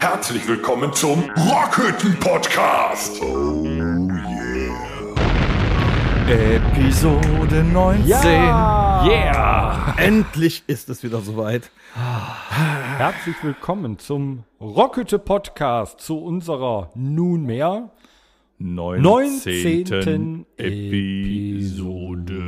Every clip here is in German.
Herzlich willkommen zum Rockhütten Podcast. Oh Episode 19. Ja! Yeah! Endlich ist es wieder soweit. Herzlich willkommen zum Rockete Podcast zu unserer nunmehr 19. Episode.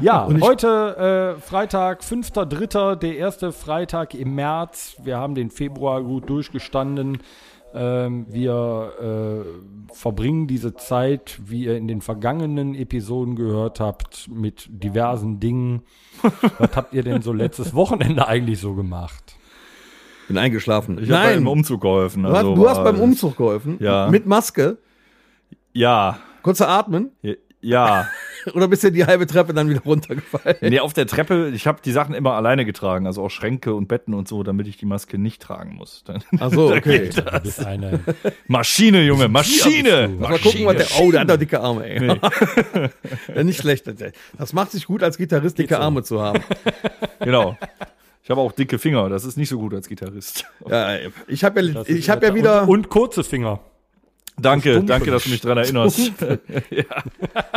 Ja, heute äh, Freitag, 5.3., der erste Freitag im März. Wir haben den Februar gut durchgestanden. Ähm, wir äh, verbringen diese Zeit, wie ihr in den vergangenen Episoden gehört habt, mit diversen Dingen. Was habt ihr denn so letztes Wochenende eigentlich so gemacht? Bin eingeschlafen. Ich habe beim Umzug geholfen. du, hast, also, du hast äh, beim Umzug geholfen. Ja. Mit Maske. Ja. Kurzer Atmen. Ja. Oder bist du die halbe Treppe dann wieder runtergefallen? nee, auf der Treppe, ich habe die Sachen immer alleine getragen, also auch Schränke und Betten und so, damit ich die Maske nicht tragen muss. Dann- Ach so, okay. Du bist eine Maschine, Junge, Maschine! Mal gucken, was der. Oh, der hat doch dicke Arme, ey. Ja, Nicht schlecht. Das macht sich gut, als Gitarrist dicke Arme zu haben. Genau. Ich habe auch dicke Finger, das ist nicht so gut als Gitarrist. Ja, ey. ich habe ja, Das ich ist hab ja nett. wieder. Und, und kurze Finger. Danke, danke, dass du mich dran erinnerst.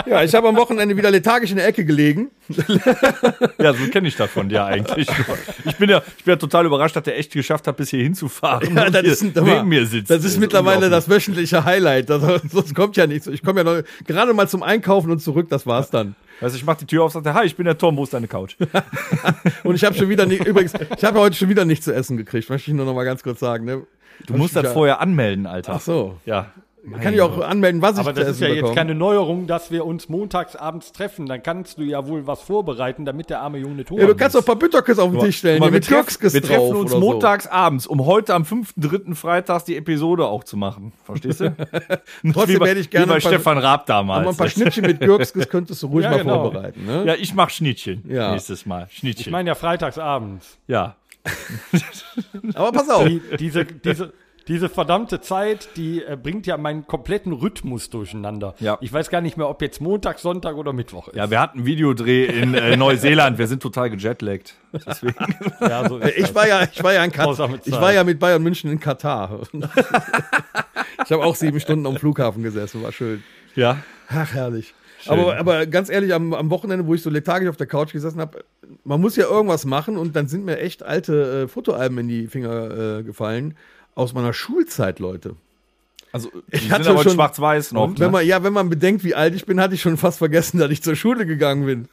Ja, ich habe am Wochenende wieder lethargisch in der Ecke gelegen. Ja, so kenne ich davon, ja, eigentlich. Ich bin ja, ich bin ja total überrascht, dass der echt geschafft hat, bis hier hinzufahren. und hier neben mir sitzt. Das ist, mittlerweile unglaublich. das wöchentliche Highlight. Das, sonst kommt ja nichts. Ich komme ja noch, gerade mal zum Einkaufen und zurück, das war's dann. Weißt du, ich mach die Tür auf, sagt er, hi, ich bin der Tom, wo ist deine Couch? Und ich habe schon wieder nicht, übrigens, ich habe heute schon wieder nichts zu essen gekriegt, möchte ich nur noch mal ganz kurz sagen. Ne? Du musst das vorher anmelden, Alter. Ach so. Ja. Kann ich auch anmelden, was ich Aber zu das essen ist ja jetzt bekomme. keine Neuerung, dass wir uns montags abends treffen. Dann kannst du ja wohl was vorbereiten, damit der arme Junge nicht ja, du kannst auch ein paar Bütterkes auf den Tisch stellen, Guck hier mal, mit wir, treff, Kirkskes wir drauf. treffen uns oder montags abends, um heute am 5.3. freitags die Episode auch zu machen. Verstehst du? Trotzdem bei- hätte ich gerne Wie bei ein paar- Stefan Raab So. Aber ein damals. paar Schnittchen mit Kirkskes könntest du ruhig Ja, mal genau. vorbereiten. Ne? ja, ich mach Schnittchen Ja. nächstes Mal. Schnittchen. Ich meine ja freitagsabends. ja. Aber pass Oh. auf. Die, diese, diese, diese verdammte Zeit, die äh, bringt ja meinen kompletten Rhythmus durcheinander. Ja. Ich weiß gar nicht mehr, ob jetzt Montag, Sonntag oder Mittwoch ist. ja, wir hatten einen Videodreh in äh, Neuseeland. Wir sind total gejetlaggt. Deswegen. Ja, so ist Ich das. war ja, ich war ja in Außer Katar. mit Ich Zeit. war ja mit Bayern München in Katar. Ich habe auch sieben Stunden am Flughafen gesessen, war schön. ja. Ach, herrlich. Aber, aber ganz ehrlich, am, am Wochenende, wo ich so lethargisch auf der Couch gesessen habe, man muss ja irgendwas machen und dann sind mir echt alte äh, Fotoalben in die Finger äh, gefallen. Aus meiner Schulzeit, Leute. Also, die hatte sind aber schon- schwarz-weiß noch. ne? Wenn man, ja, wenn man bedenkt, wie alt ich bin, hatte ich schon fast vergessen, dass ich zur Schule gegangen bin.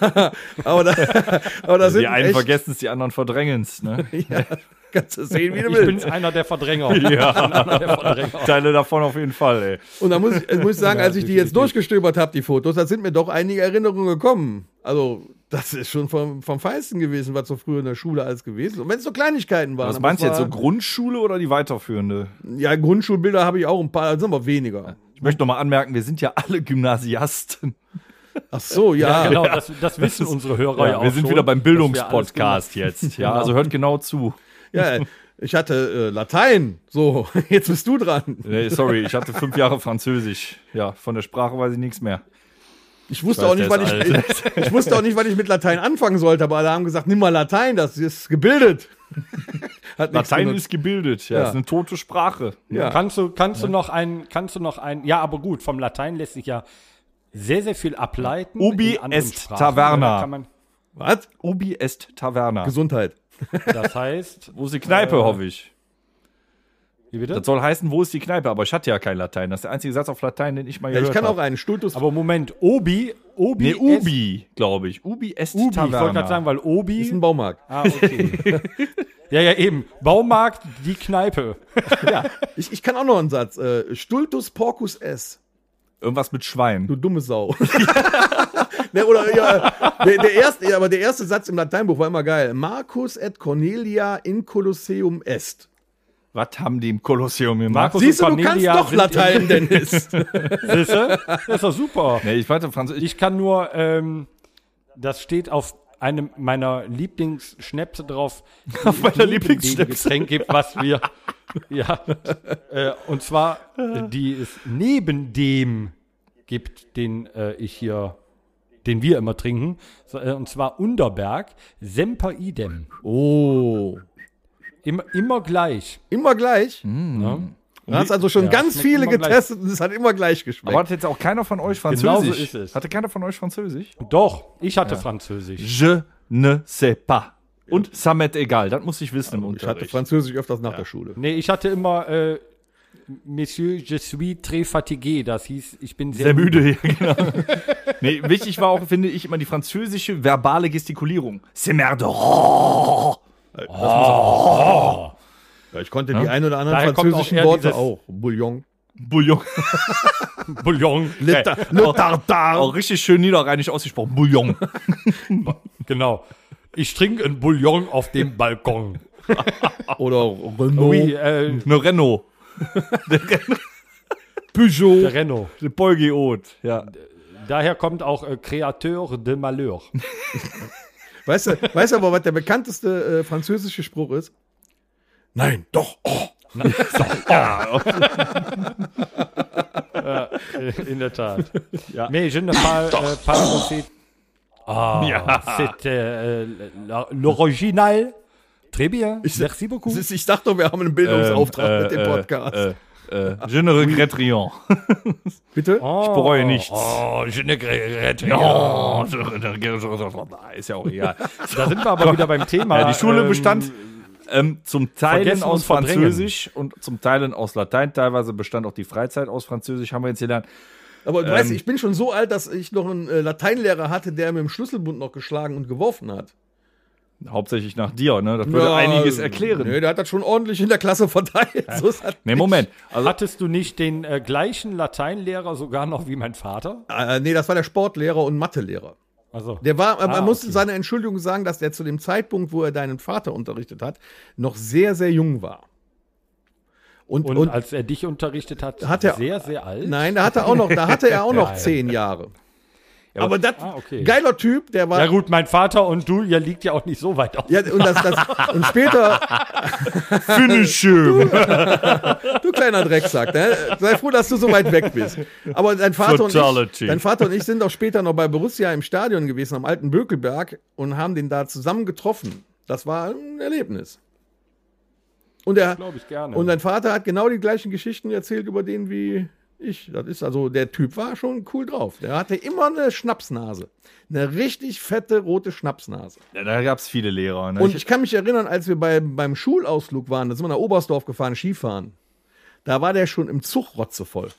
aber da, aber da sind Also die einen echt, vergessen es, die anderen verdrängen es. Ne? Ja, kannst du sehen, wie du ich willst. bin einer der Verdränger. ja. Teile davon auf jeden Fall, ey. Und da muss ich, äh, muss ich sagen, als ich die jetzt durchgestöbert habe, die Fotos, da sind mir doch einige Erinnerungen gekommen. Also, das ist schon vom, vom Feinsten gewesen, was so früher in der Schule alles gewesen ist. Und wenn es so Kleinigkeiten waren. Was aber meinst du es jetzt, so Also war- Grundschule oder die weiterführende? Ja, Grundschulbilder habe ich auch ein paar, da sind aber weniger. Ich möchte nochmal anmerken, wir sind ja alle Gymnasiasten. Ach so, ja. Ja, genau, das, das wissen unsere Hörer ja, auch wir sind schon, wieder beim dass wir alles Bildungspodcast jetzt. Ja, also hört genau zu. ja ich hatte äh, Latein. So, jetzt bist du dran. Nee, sorry, ich hatte fünf Jahre Französisch. Ja, von der Sprache weiß ich nichts mehr. Ich wusste, Ich weiß, auch nicht, der was ist ich, ich wusste auch nicht, was ich mit Latein anfangen sollte, aber alle haben gesagt, nimm mal Latein, das ist gebildet. Hat nichts Latein genutzt. ist gebildet. Ja, Ja. ist eine tote Sprache. Ja. Kannst du, kannst du noch ein, kannst du noch ein, ja, aber gut, vom Latein lässt sich ja sehr, sehr viel ableiten. Ubi in anderen est Sprachen. taverna. Da kann man, Was? Ubi est Taverna. Gesundheit. das heißt, Wo ist die Kneipe, hoffe ich. wie bitte? Das soll heißen, wo ist die Kneipe? Aber ich hatte ja kein Latein. Das ist der einzige Satz auf Latein, den ich mal Ja, gehört ich kann auch habe. einen Stultus. Aber Moment, Obi, Obi, Nee, est- Ubi, glaube ich. Ubi est Ubi, ich Taverna. wollte gerade sagen, weil ist ein Obi. Baumarkt. Ah, okay. ja, ja, eben. Baumarkt, die Kneipe. Ich, ich kann auch noch einen Satz. Äh, Stultus porcus es. Irgendwas mit Schwein. Du dumme Sau. ne, oder ja, der, der erste, ja, aber der erste Satz im Lateinbuch war immer geil. Marcus et Cornelia in Colosseum est. Was haben die im Kolosseum gemacht? Markus Siehst du, und du kannst Also Cornelia doch sind Latein, Dennis. Siehste? Das ist doch super. Nee, ich warte, Franz. Ich, Ich kann nur, ähm, das steht auf einem meiner Lieblingsschnäpse drauf. Auf meiner Lieblingsschnäpse. Getränk gibt, was wir, ja, äh, und zwar, die es neben dem gibt, den äh, ich hier, den wir immer trinken. So, äh, Und zwar Underberg, Semper Idem. Oh. Immer, immer gleich. Immer gleich. Ne? Da hat also schon Ja, ganz schmeckt viele immer gleich. getestet und es hat immer gleich geschmeckt. Aber hat jetzt auch keiner von euch Genau so Französisch? ist es. Hatte keiner von euch Französisch? Doch, ich hatte Französisch. Je ne sais pas. Und ça m'est egal, das muss ich wissen im ich hatte Unterricht. Französisch öfters nach der Schule. Nee, ich hatte immer äh, Monsieur, je suis très fatigué. Das hieß, ich bin sehr, Sehr müde, ja, genau. nee, wichtig war auch, finde ich, immer die französische verbale Gestikulierung. C'est merde. Oh. Ja, ich konnte die ein oder anderen Daher kommt französischen auch eher Worte dieses- auch. Bouillon. Bouillon. Bouillon. Le, ta le tartare. Auch richtig schön niederrheinisch ausgesprochen. Bouillon. Genau. Ich trinke ein Bouillon auf dem Balkon. Oder Ah. Renault. Oui, äh, Ne Renault. der Peugeot. Renault. Le Paul Geot. Ja. Daher kommt auch äh, Créateur de Malheur. Weißt du, weißt du aber, was der bekannteste äh, französische Spruch ist? Nein, doch. Oh. In der Tat. Ja. Mais je ne parle euh, pas français. Ah, c'est euh, la- l'original. Très bien. Merci beaucoup. Das ist- Ich dachte, doch, wir haben einen Bildungsauftrag Ähm, mit dem äh, Podcast. Äh, äh, je ne regrette rien. Bitte? Ich bereue nichts. Oh, je ne regrette rien. Ja, ist ja auch egal. Da sind wir aber wieder beim Thema. Ja, die Schule ähm, bestand ähm, zum Teil vergessen aus und verdrängen. Französisch und zum Teil aus Latein. Teilweise bestand auch die Freizeit aus Französisch, haben wir jetzt gelernt. Aber du Ähm. weißt, ich bin schon so alt, dass ich noch einen äh, Lateinlehrer hatte, der mit dem Schlüsselbund noch geschlagen und geworfen hat. Hauptsächlich nach dir, ne? Das würde einiges erklären. Nee, der hat das schon ordentlich in der Klasse verteilt. So ist das Nee, Moment. Also, Hattest du nicht den äh, gleichen Lateinlehrer sogar noch wie mein Vater? Äh, nee, das war der Sportlehrer und Mathelehrer. Also, Der war, man Ah, musste okay. seine Entschuldigung sagen, dass der zu dem Zeitpunkt, wo er deinen Vater unterrichtet hat, noch sehr, sehr jung war. Und, und, und, als er dich unterrichtet hat, Hat er- sehr, sehr alt. nein, da hatte, auch noch, da hatte er auch noch Geil. zehn Jahre. aber das, Ah, okay. geiler Typ, der war. Ja gut, mein Vater und du, ihr liegt ja auch nicht so weit auf. Ja, und, das, das, und später, Finish du kleiner Drecksack, ne? sei froh, dass du so weit weg bist. Aber dein Vater, und ich, Fatality. dein Vater und ich sind auch später noch bei Borussia im Stadion gewesen, am alten Bökelberg, und haben den da zusammen getroffen. Das war ein Erlebnis. Und er, Glaube ich gerne. Und dein Vater hat genau die gleichen Geschichten erzählt über den wie ich. Das ist also, der Typ war schon cool drauf. Der hatte immer eine Schnapsnase. Eine richtig fette rote Schnapsnase. Da gab es viele Lehrer. Ne? Und ich kann mich erinnern, als wir bei, beim Schulausflug waren, da sind wir nach Oberstdorf gefahren, Skifahren. Da war der schon im Zug rotzevoll.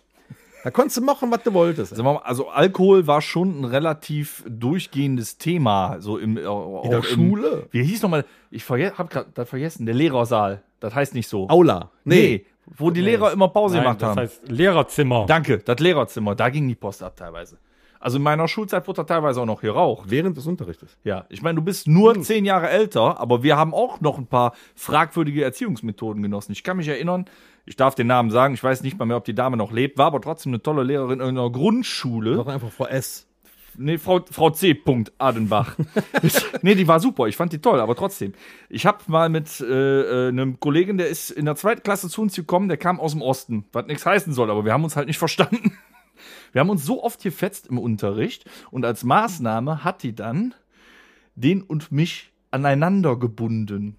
Da konntest du machen, was du wolltest. Sagen wir mal, also Alkohol war schon ein relativ durchgehendes Thema so im äh, auch In der im- Schule? Wie hieß nochmal? Ich verge hab grad das vergessen. Der Lehrersaal. Das heißt nicht so. Aula. Nee. Nee, wo die Lehrer immer Pause Nein, gemacht das haben. heißt Lehrerzimmer. Danke, das Lehrerzimmer, da ging die Post ab teilweise. Also in meiner Schulzeit wurde da teilweise auch noch geraucht. Während des Unterrichtes. Ja, ich meine, du bist Hm. nur zehn Jahre älter, aber wir haben auch noch ein paar fragwürdige Erziehungsmethoden genossen. Ich kann mich erinnern, ich darf den Namen sagen, ich weiß nicht mal mehr, ob die Dame noch lebt, war aber trotzdem eine tolle Lehrerin in einer Grundschule. Doch einfach vor S. Nee, Frau, Frau C. Punkt Adenbach. nee, die war super. Ich fand die toll, aber trotzdem. Ich habe mal mit äh, äh, einem Kollegen, der ist in der zweiten Klasse zu uns gekommen, der kam aus dem Osten, was nichts heißen soll, aber wir haben uns halt nicht verstanden. Wir haben uns so oft gefetzt im Unterricht und als Maßnahme hat die dann den und mich aneinander gebunden.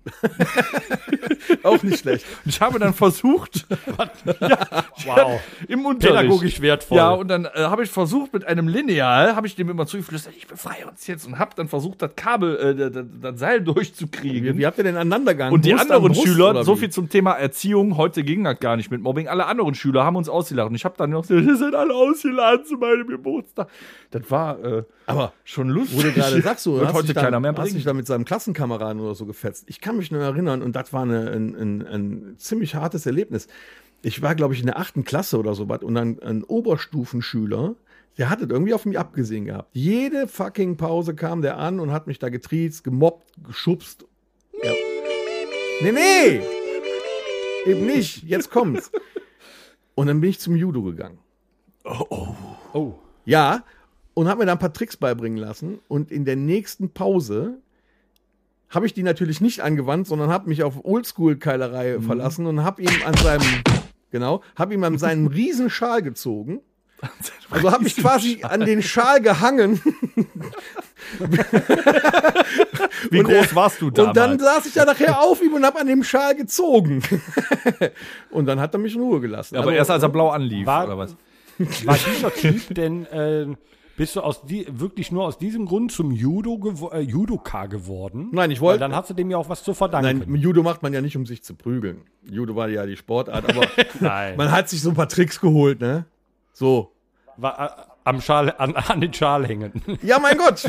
Auch nicht schlecht. Und ich habe dann versucht, Wow. im Unterricht. Pädagogisch wertvoll. Ja, und dann äh, habe ich versucht, mit einem Lineal, habe ich dem immer zugeflüstert, ich befreie uns jetzt und habe dann versucht, das Kabel, äh, das- das- das Seil durchzukriegen. Wie, wie habt ihr denn aneinander gegangen? und die Brust an anderen Brust, Schüler, oder so wie? viel zum Thema Erziehung, heute ging das gar nicht mit Mobbing. Alle anderen Schüler haben uns ausgelacht. Und ich habe dann noch gesagt, ihr seid alle ausgeladen zu meinem Geburtstag. Das war äh, Aber schon lustig. Wo du gerade sagst, so, wird hast, heute dich dann, keiner mehr hast dich bringen. da mit seinem Klassenkameraden oder so gefetzt. Ich kann mich nur erinnern, und das war eine, ein, ein, ein ziemlich hartes Erlebnis. Ich war, glaube ich, in der achten Klasse oder so was und dann ein Oberstufenschüler, der hat das irgendwie auf mich abgesehen gehabt. Jede fucking Pause kam der an und hat mich da getriezt, gemobbt, geschubst. Ja. Nee, nee! Eben nicht, jetzt kommt's. Und dann bin ich zum Judo gegangen. oh. Ja, und habe mir da ein paar Tricks beibringen lassen. Und in der nächsten Pause habe ich die natürlich nicht angewandt, sondern habe mich auf Oldschool-Keilerei verlassen und habe ihm an seinem, genau, habe ihm an seinem Riesenschal gezogen Also habe ich quasi an den Schal gehangen. Wie Und, äh, groß warst du damals? Und dann saß ich da nachher auf ihm und habe an dem Schal gezogen. und dann hat er mich in Ruhe gelassen. Ja, aber Also, erst als er blau anlief, War- oder was? War dieser Typ denn, äh, bist du aus die, wirklich nur aus diesem Grund zum Judo gewo äh, Judoka geworden? Nein, ich Weil wollte. dann hast du dem ja auch was zu verdanken. Nein, Judo macht man ja nicht, um sich zu prügeln. Judo war ja die Sportart, aber Nein. man hat sich so ein paar Tricks geholt, ne? So. War, äh, am Schal, an, an den Schal hängen. Ja, mein Gott.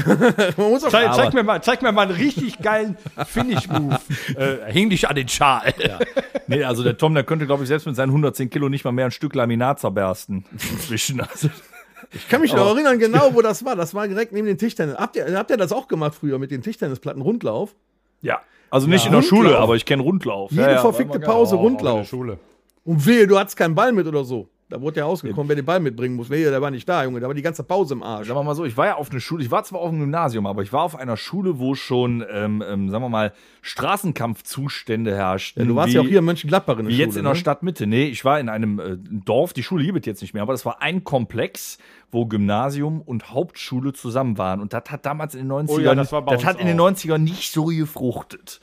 man muss auch Zeig, zeig, mir mal, zeig mir mal einen richtig geilen Finish-Move. äh, häng dich an den Schal. Nee, also der Tom, der könnte, glaube ich, selbst mit seinen 110 Kilo nicht mal mehr ein Stück Laminat zerbersten. Inzwischen. Also, Ich kann mich noch erinnern, genau, wo das war. Das war direkt neben den Tischtennis. Habt ihr, habt ihr das auch gemacht früher mit den Tischtennisplatten Rundlauf? ja. Also nicht in der Rundlauf. Schule, aber ich kenne Rundlauf. Jede ja, ja, verfickte war immer Pause In der Rundlauf. Schule. Und wehe, du hattest keinen Ball mit oder so. Da wurde ja ausgekommen, wer den Ball mitbringen muss. Wehe, der war nicht da, Junge. Da war die ganze Pause im Arsch. Sagen wir mal so, ich war ja auf einer Schule, ich war zwar auf einem Gymnasium, aber ich war auf einer Schule, wo schon, ähm, ähm, sagen wir mal, Straßenkampfzustände herrschten. Du warst ja auch hier in Mönchengladbach in der Wie Schule. jetzt in der ne? Stadtmitte. Nee, ich war in einem äh, Dorf, die Schule gibt es jetzt nicht mehr, aber das war ein Komplex, wo Gymnasium und Hauptschule zusammen waren. Und das hat damals in den 90ern, ja, das war bei uns hat in den 90ern nicht so gefruchtet.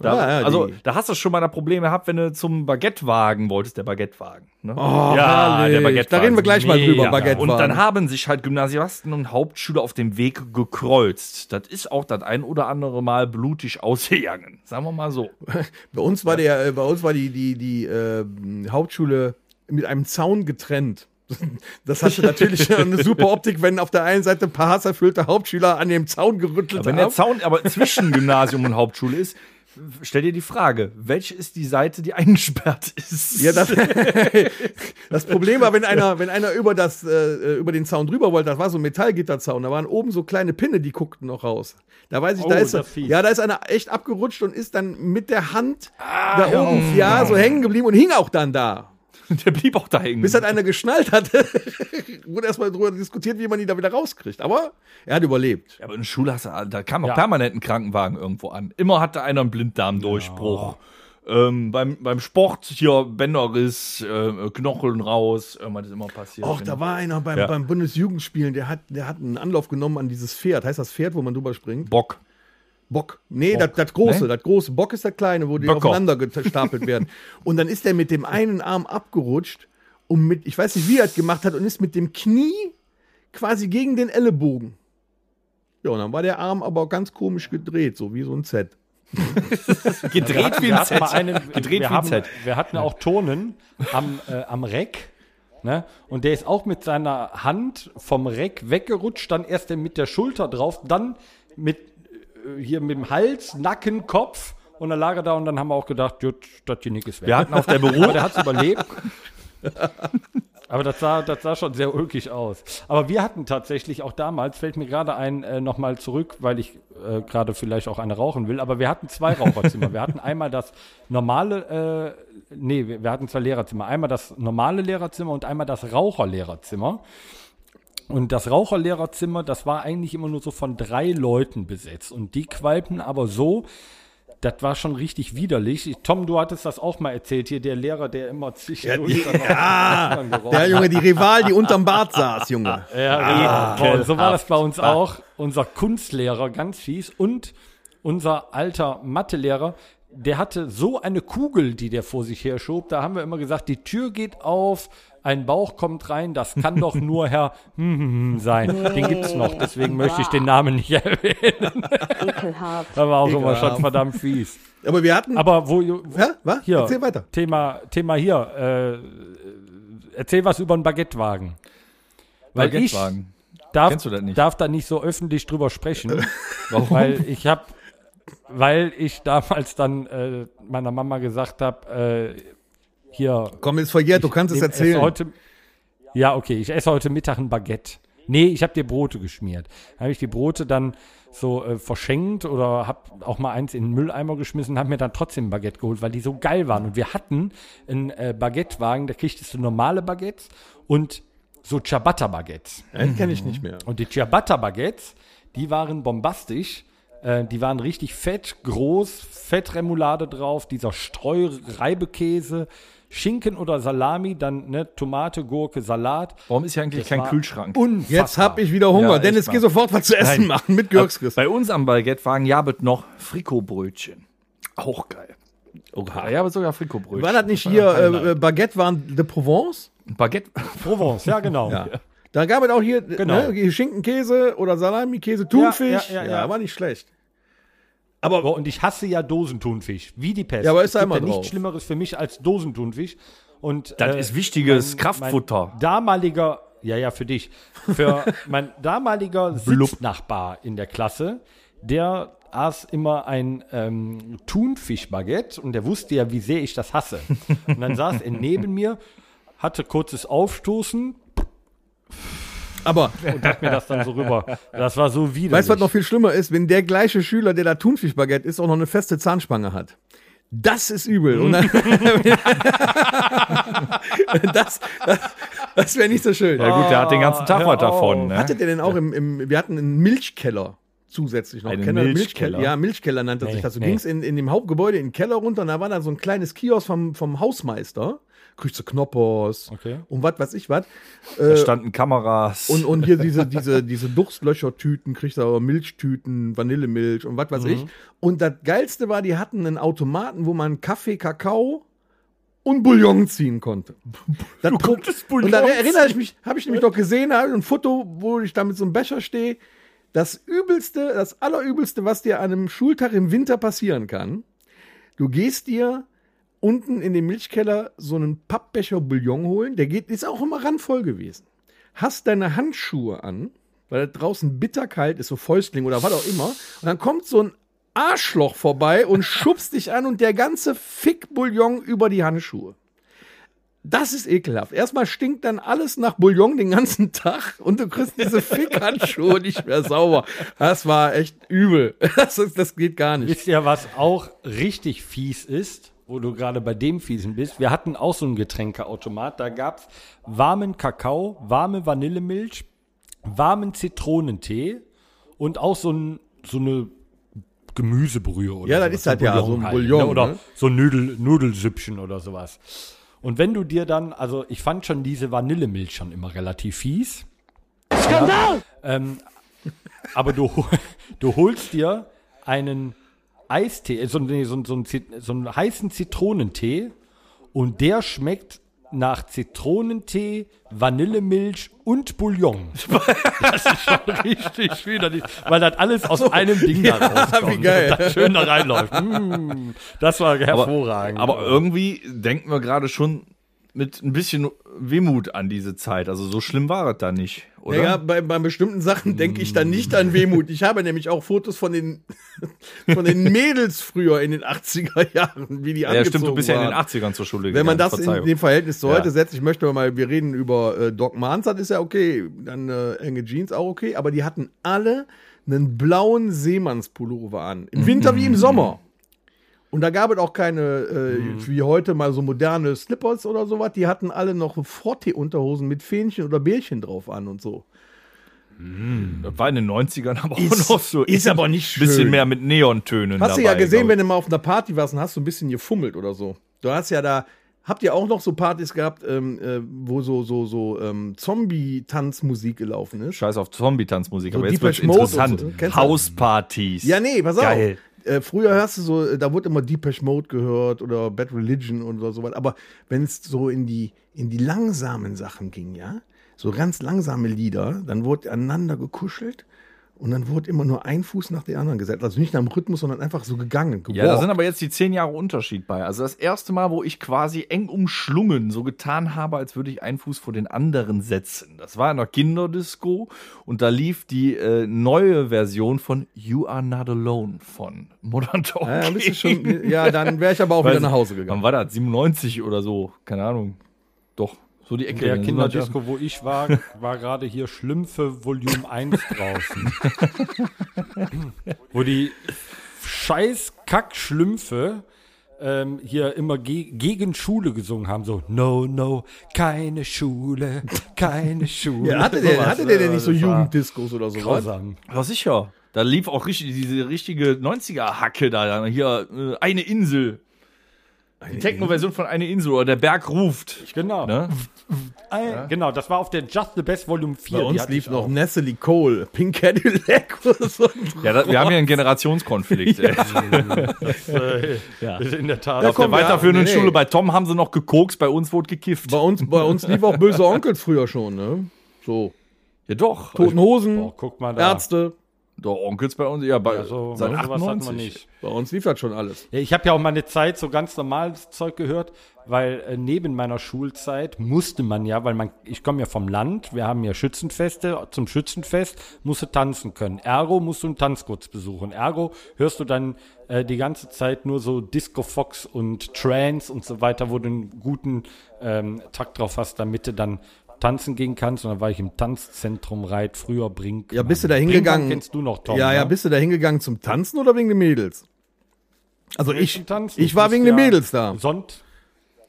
Da, Ja, ja, also, die- da hast du schon mal da Probleme gehabt, wenn du zum Baguettewagen wolltest, der Baguettewagen. Ne? Oh, herrlich. Da reden wir gleich mal drüber, Mega. Baguettewagen. Und dann haben sich halt Gymnasiasten und Hauptschüler auf dem Weg gekreuzt. Das ist auch das ein oder andere Mal blutig ausgegangen. Sagen wir mal so. Bei uns war der, äh, bei uns war die, die, die äh, Hauptschule mit einem Zaun getrennt. Das hatte natürlich eine super Optik, wenn auf der einen Seite ein paar hasserfüllte Hauptschüler an dem Zaun gerüttelt Wenn der haben. Zaun aber zwischen Gymnasium und Hauptschule ist, stell dir die Frage, welche ist die Seite, die eingesperrt ist? Ja, das, das Problem war, wenn einer, wenn einer über, das, äh, über den Zaun drüber wollte, das war so ein Metallgitterzaun, da waren oben so kleine Pinne, die guckten noch raus. Da weiß ich, da Oh, ist, das ist fies. ja, da ist einer echt abgerutscht und ist dann mit der Hand Ah, da oben, ja, so hängen geblieben und hing auch dann da. der blieb auch da hängen. Bis halt einer geschnallt hatte, wurde erstmal drüber diskutiert, wie man ihn da wieder rauskriegt. Aber er hat überlebt. Ja, aber in der Schule hast du, da kam auch Ja. permanent ein Krankenwagen irgendwo an. Immer hatte einer einen Blinddarmdurchbruch. Ähm, beim, beim Sport hier Bänderriss, äh, Knocheln raus, irgendwas ist immer passiert. Och, da war einer beim, Ja. beim Bundesjugendspielen, der hat, der hat einen Anlauf genommen an dieses Pferd. Heißt das Pferd, wo man drüber springt? Bock. Bock. Nee, das das große, Nein? das große. Bock ist das kleine, wo die Böcker. aufeinander gestapelt werden. Und dann ist er mit dem einen Arm abgerutscht und mit, ich weiß nicht, wie er das gemacht hat, und ist mit dem Knie quasi gegen den Ellenbogen. Ja, und dann war der Arm aber ganz komisch gedreht, so wie so ein Z. Gedreht wie wir ein hatten Z. mal einen, Gedreht wie wir, ein haben, Z. wir hatten auch Tonen am, äh, am Reck. Ne? Und der ist auch mit seiner Hand vom Reck weggerutscht, dann erst mit der Schulter drauf, dann mit äh, hier mit dem Hals, Nacken, Kopf und dann lag er da und dann haben wir auch gedacht, gut, das Genick ist weg. Wir hatten auf der Aber Büro, der hat es überlebt. Aber das sah, das sah schon sehr ulkig aus. Aber wir hatten tatsächlich auch damals, fällt mir gerade ein, äh, nochmal zurück, weil ich äh, gerade vielleicht auch eine rauchen will, aber wir hatten zwei Raucherzimmer. Wir hatten einmal das normale, äh, nee, wir, wir hatten zwei Lehrerzimmer. Einmal das normale Lehrerzimmer und einmal das Raucherlehrerzimmer. Und das Raucherlehrerzimmer, das war eigentlich immer nur so von drei Leuten besetzt. Und die qualmten aber so, das war schon richtig widerlich. Tom, du hattest das auch mal erzählt hier, der Lehrer, der immer zwischendurch dann auch- dann geraucht Ja, Junge, Ah, die Rival, die unterm Bart saß, Junge. ja, genau. und so war das bei uns ah. auch. Unser Kunstlehrer, ganz fies, und unser alter Mathelehrer, der hatte so eine Kugel, die der vor sich her schob. Da haben wir immer gesagt, die Tür geht auf, ein Bauch kommt rein, das kann doch nur Herr sein. Den gibt's noch, deswegen möchte ich den Namen nicht erwähnen. Ekelhaft. Das war auch immer schon Ekelhaft. verdammt fies. Aber wir hatten. Aber wo, wo Hä? Was? hier, Erzähl weiter. Thema, Thema hier, äh, erzähl was über einen Baguettewagen. Weil ich- Baguettewagen. darf, Kennst du das nicht? darf da nicht so öffentlich drüber sprechen. Warum? Weil ich habe, weil ich damals dann äh, meiner Mama gesagt habe, äh, hier. Komm, ist verjährt, du kannst es ich esse erzählen. Heute, ja, okay, ich esse heute Mittag ein Baguette. Nee, ich habe dir Brote geschmiert. Habe ich die Brote dann so äh, verschenkt oder habe auch mal eins in den Mülleimer geschmissen, habe mir dann trotzdem ein Baguette geholt, weil die so geil waren. Und wir hatten einen äh, Baguettewagen, da kriegtest du normale Baguettes und so Ciabatta-Baguettes. Den kenne Äh, ich nicht mehr. Und die Ciabatta Baguettes, die waren bombastisch. Äh, die waren richtig fett, groß, Fettremoulade drauf, dieser Streureibekäse, Schinken oder Salami, dann ne, Tomate, Gurke, Salat. Warum ist hier eigentlich Das kein war Kühlschrank? Unfassbar. Jetzt hab ich wieder Hunger. Ja, echt Dennis, mal. geh sofort was zu essen Nein. machen mit Gürkskris. Bei uns am Baguettewagen jabet noch Frikobrötchen. Auch geil. Oha. Ja, aber sogar Frikobrötchen. War das nicht hier äh, äh, Baguette waren de Provence? Baguette? Provence, ja genau. Da gab es auch hier Genau. ne, hier Schinkenkäse oder Salami-Käse, Thunfisch. ja, ja, ja. war nicht schlecht. Boah, Oh, und ich hasse ja Dosentunfisch, wie die Pest. Ja, aber Es ist da gibt immer drauf. nichts Schlimmeres für mich als Dosentunfisch. Und Das äh, ist wichtiges mein Kraftfutter. damaliger, ja, ja, für dich, für mein damaliger Sitznachbar in der Klasse, der aß immer ein ähm, Thunfischbaguette und der wusste ja, wie sehr ich das hasse. Und dann saß er neben mir, hatte kurzes Aufstoßen Aber und hat mir das dann so rüber. Das war so widerlich. weißt du, was noch viel schlimmer ist? Wenn der gleiche Schüler, der da Thunfischbaguette ist, auch noch eine feste Zahnspange hat. Das ist übel. Und dann, das das, das wäre nicht so schön. Ja gut, der hat den ganzen Tag hör was davon. auf. Ne? Hattet ihr denn auch im, im, wir hatten einen Milchkeller zusätzlich noch. Einen Kennt ihr das? Milchkeller? Ja, Milchkeller nannte sich das. Du nee. gingst in, in dem Hauptgebäude in den Keller runter und da war dann so ein kleines Kiosk vom, vom Hausmeister. Kriegst du Knoppers Okay. und was weiß ich was. da standen Kameras. Und, und hier diese, diese, diese Durstlöchertüten, kriegst du aber Milchtüten, Vanillemilch und was weiß ich. Und das Geilste war, die hatten einen Automaten, wo man Kaffee, Kakao und Bouillon ziehen konnte. Das Pro- und dann erinnere ich mich, habe ich nämlich noch gesehen, habe ein Foto, wo ich da mit so einem Becher stehe. Das Übelste, das Allerübelste, was dir an einem Schultag im Winter passieren kann, du gehst dir unten in den Milchkeller so einen Pappbecher Bouillon holen, der geht, ist auch immer randvoll gewesen hast deine Handschuhe an, weil da draußen bitterkalt ist, so Fäustling oder was auch immer, und dann kommt so ein Arschloch vorbei und schubst dich an und der ganze Fick-Bouillon über die Handschuhe. Das ist ekelhaft. Erstmal stinkt dann alles nach Bouillon den ganzen Tag und du kriegst diese Fick-Handschuhe nicht mehr sauber. Das war echt übel. Das, ist, das geht gar nicht. Wisst ihr, was auch richtig fies ist, wo du gerade bei dem Fiesen bist? Wir hatten auch so einen Getränkeautomat. Da gab's warmen Kakao, warme Vanillemilch, warmen Zitronentee und auch so, ein, so eine Gemüsebrühe. Oder Ja, das sowas. ist halt ja so ein Bouillon, ne? Oder ne? so ein Nudel, Nudelsüppchen oder sowas. Und wenn du dir dann, also ich fand schon diese Vanillemilch schon immer relativ fies. ähm, Aber du, hol- du holst dir einen Eistee, äh, so, nee, so, so, einen Zit- so einen heißen Zitronentee und der schmeckt nach Zitronentee, Vanillemilch und Bouillon. Das ist schon richtig widerlich, weil das alles aus einem Ding da rauskommt wie geil. und das schön da reinläuft. Mm, das war hervorragend. Aber irgendwie denken wir gerade schon mit ein bisschen Wehmut an diese Zeit. Also so schlimm war es da nicht, oder? Naja, bei, bei bestimmten Sachen denke ich dann nicht an Wehmut. Ich habe nämlich auch Fotos von den, von den Mädels früher in den 80er Jahren, wie die ja, angezogen stimmt, du bist ja in den waren. 80ern zur Schule Wenn man das in Verzeihung. dem Verhältnis zu heute Ja. setzt, ich möchte mal, wir reden über äh, Doc Martens, das ist ja okay, dann äh, enge Jeans auch okay, aber die hatten alle einen blauen Seemannspullover an. Mhm. Im Winter wie im Sommer. Und da gab es auch keine, äh, Mhm. wie heute mal so moderne Slippers oder sowas, die hatten alle noch Forte-Unterhosen mit Fähnchen oder Bärchen drauf an und so. Das war in den 90ern aber Ist- auch noch so. ist aber nicht schön. Bisschen mehr mit Neontönen Hast du ja dabei, gesehen, glaub wenn du mal auf einer Party warst und hast so ein bisschen gefummelt oder so. Du hast ja da, habt ihr auch noch so Partys gehabt, ähm, äh, wo so, so, so ähm, Zombie-Tanzmusik gelaufen ich. ist? Scheiß auf Zombie-Tanzmusik, So aber jetzt Deeper wird's Mode und interessant. so, kennst du? Hauspartys. Ja, nee, pass Geil. auf. Äh, früher hörst du so, äh, da wurde immer Deepesh Mode gehört oder Bad Religion oder sowas. Aber wenn es so in die, in die langsamen Sachen ging, ja, so ganz langsame Lieder, dann wurde aneinander gekuschelt und dann wurde immer nur ein Fuß nach dem anderen gesetzt. Also nicht nach dem Rhythmus, sondern einfach so gegangen. Ja, da gewalkt. sind aber jetzt die zehn Jahre Unterschied bei. Also das erste Mal, wo ich quasi eng umschlungen so getan habe, als würde ich einen Fuß vor den anderen setzen. Das war in der Kinderdisco und da lief die äh, neue Version von You Are Not Alone von Modern Talking. Ja, bist du schon, ja dann wäre ich aber auch wieder Weiß- nach Hause Wann gegangen. war das? 97 oder so? Keine Ahnung. Doch, so die Ecke. der Dann sind wir da- Kinderdisco, wo ich war, war gerade hier Schlümpfe Volume 1 draußen. wo die scheiß Kack-Schlümpfe ähm, hier immer ge gegen Schule gesungen haben. So, no, no, keine Schule, keine Schule. Ja, hatte der, Sowas, hatte der äh, denn nicht so das war Jugenddiscos oder sowas? Grausam. Ja, sicher. Da lief auch richtig diese richtige 90er-Hacke da. Hier, äh, eine Insel. Die Techno-Version von Eine Insel oder Der Berg ruft. Genau. Ne? Ein- Genau, das war auf der Just the Best Volume 4. Bei die uns hatte lief ich noch auch. Natalie Cole, Pink Cadillac oder so. Ja, da, wir haben hier einen Generationskonflikt. ey. In der Tat. Ja, Auf komm, der- Der weiterführenden nee. Schule bei Tom haben sie noch gekokst, bei uns wurde gekifft. Bei uns, bei uns lief auch Böse Onkel früher schon, ne? So. Ja, doch. Also, Toten Hosen, Also, Boah, guck mal da. Ärzte. Doch, Onkels bei uns, ja, bei, Also, seit sowas hatten wir 98. nicht. Bei uns lief das schon alles. Ja, Äh, ich habe ja auch mal eine Zeit so ganz normales Zeug gehört, weil äh, neben meiner Schulzeit musste man ja, weil man, ich komme ja vom Land, wir haben ja Schützenfeste, zum Schützenfest musst du tanzen können. Ergo musst du einen Tanzkurs besuchen. Ergo hörst du dann äh, die ganze Zeit nur so Disco Fox und Trance und so weiter, wo du einen guten ähm, Takt drauf hast, damit du dann tanzen gehen kannst. Und dann war ich im Tanzzentrum Reit, früher Brink. Ja, bist du da hingegangen? kennst du noch, Tom. ja, ja, ne? bist du da hingegangen zum Tanzen oder wegen den Mädels? Also ich, Zum Tanzen. ich war Du wegen bist den ja Mädels da. Sonnt.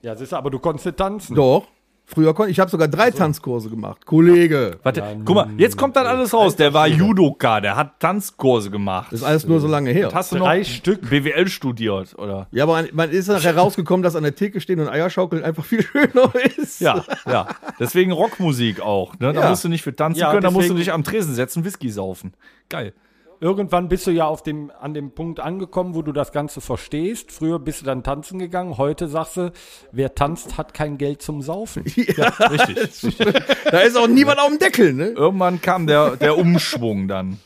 Ja, siehst du, aber du konntest nicht tanzen. Doch. Früher konnte ich habe sogar drei Tanzkurse gemacht. Kollege. Warte, guck mal, jetzt kommt dann alles raus. Der war Judoka, der hat Tanzkurse gemacht. Ist alles nur so lange her. Hast du noch Drei Stück. BWL studiert, oder? Ja, aber man- man ist nachher rausgekommen, dass an der Theke stehen und Eierschaukeln einfach viel schöner ist. Ja, ja. Deswegen Rockmusik auch. Ne? Da Ja. musst du nicht für tanzen Ja, können, da musst du deswegen- dich am Tresen setzen, Whisky saufen. Geil. Irgendwann bist du ja auf dem, an dem Punkt angekommen, wo du das Ganze verstehst. Früher bist du dann tanzen gegangen. Heute sagst du, wer tanzt, hat kein Geld zum Saufen. Richtig. Da ist auch niemand auf dem Deckel, ne? Irgendwann kam der, der Umschwung dann.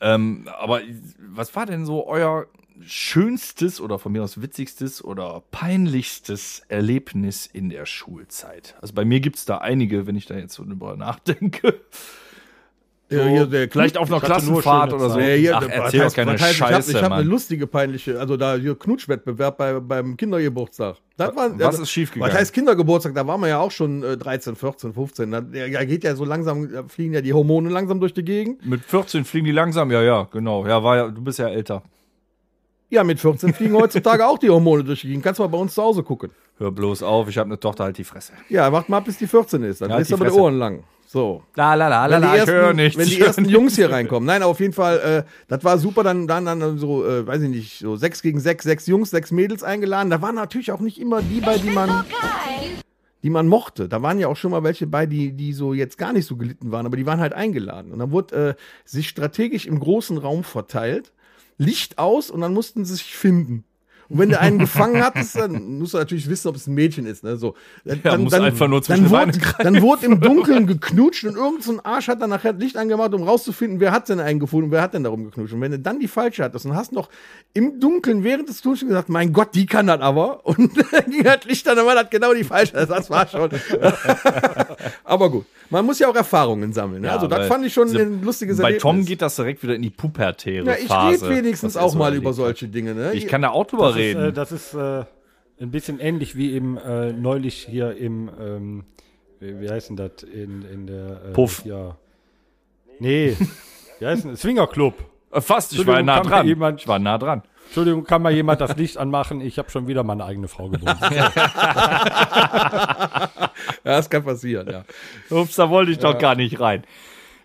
Ähm, aber was war denn so euer schönstes oder von mir aus witzigstes oder peinlichstes Erlebnis in der Schulzeit? Also bei mir gibt es da einige, wenn ich da jetzt so drüber nachdenke. Ja, hier der Vielleicht auf einer Ich hatte nur Klassenfahrt schöne oder so. Zeiten. Äh, Ja, hier, Ach, was erzähl doch heißt- keine was heißt, Scheiße, Ich habe hab eine Mann. lustige, peinliche, also da hier Knutschwettbewerb bei, beim Kindergeburtstag. Das war, Was äh, ist schiefgegangen? Was heißt Kindergeburtstag? Da waren wir ja auch schon äh, 13, 14, 15. Da, da geht ja so langsam, da fliegen ja die Hormone langsam durch die Gegend. Mit 14 fliegen die langsam, ja, ja, genau. Ja, war ja, du bist ja älter. Ja, mit 14 fliegen heutzutage auch die Hormone durch die Gegend. Kannst mal bei uns zu Hause gucken. Hör bloß auf, ich habe eine Tochter, halt die Fresse. Ja, wart mal ab, bis die 14 ist. Dann Ja, halt bist die du aber die Fresse. Ohren lang. So. La la la la, wenn die la ich höre ersten, nichts. wenn die Ich hör ersten nichts. Jungs hier reinkommen. Nein, aber auf jeden Fall, äh, das war super. Dann, dann, dann so, äh, weiß ich nicht, so sechs gegen sechs, sechs Jungs, sechs Mädels eingeladen. Da waren natürlich auch nicht immer die bei, die man, die man mochte. Da waren ja auch schon mal welche bei, die, die so jetzt gar nicht so gelitten waren, aber die waren halt eingeladen. Und dann wurde äh, sich strategisch im großen Raum verteilt, Licht aus und dann mussten sie sich finden. Und wenn du einen gefangen hattest, dann musst du natürlich wissen, ob es ein Mädchen ist. Ne? So. Dann, muss einfach nur zwischen dann die wurde, Beine greifen. dann wurde im Dunkeln geknutscht und irgend so ein Arsch hat dann nachher Licht angemacht, um rauszufinden, wer hat denn einen gefunden und wer hat denn darum geknutscht. Und wenn du dann die falsche hattest und hast noch im Dunkeln während des Knutschen gesagt, mein Gott, die kann das aber. Und die hat Licht an, aber hat genau die falsche. Das war schon. aber gut. Man muss ja auch Erfahrungen sammeln. Ne? also das weil fand ich schon diese- ein lustiges Bei Erlebnis. Tom geht das direkt wieder in die pubertäre ja, ich Phase. rede wenigstens was er auch so mal erlebt über hat. solche Dinge. Ne? Ich kann da auch drüber Das ist, äh, reden. das ist äh, ein bisschen ähnlich wie eben äh, neulich hier im, ähm, wie, wie heißt denn das? In, in der. Äh, Puff. Ja. Nee. Wie heißt denn? Swingerclub. Äh, Fast, ich war Entschuldigung, nah kann mir dran. jemand- Ich war nah dran. Entschuldigung, kann mal jemand das Licht anmachen? Ich habe schon wieder meine eigene Frau gebunden. ja, das kann passieren, ja. Ups, da wollte ich doch gar nicht rein.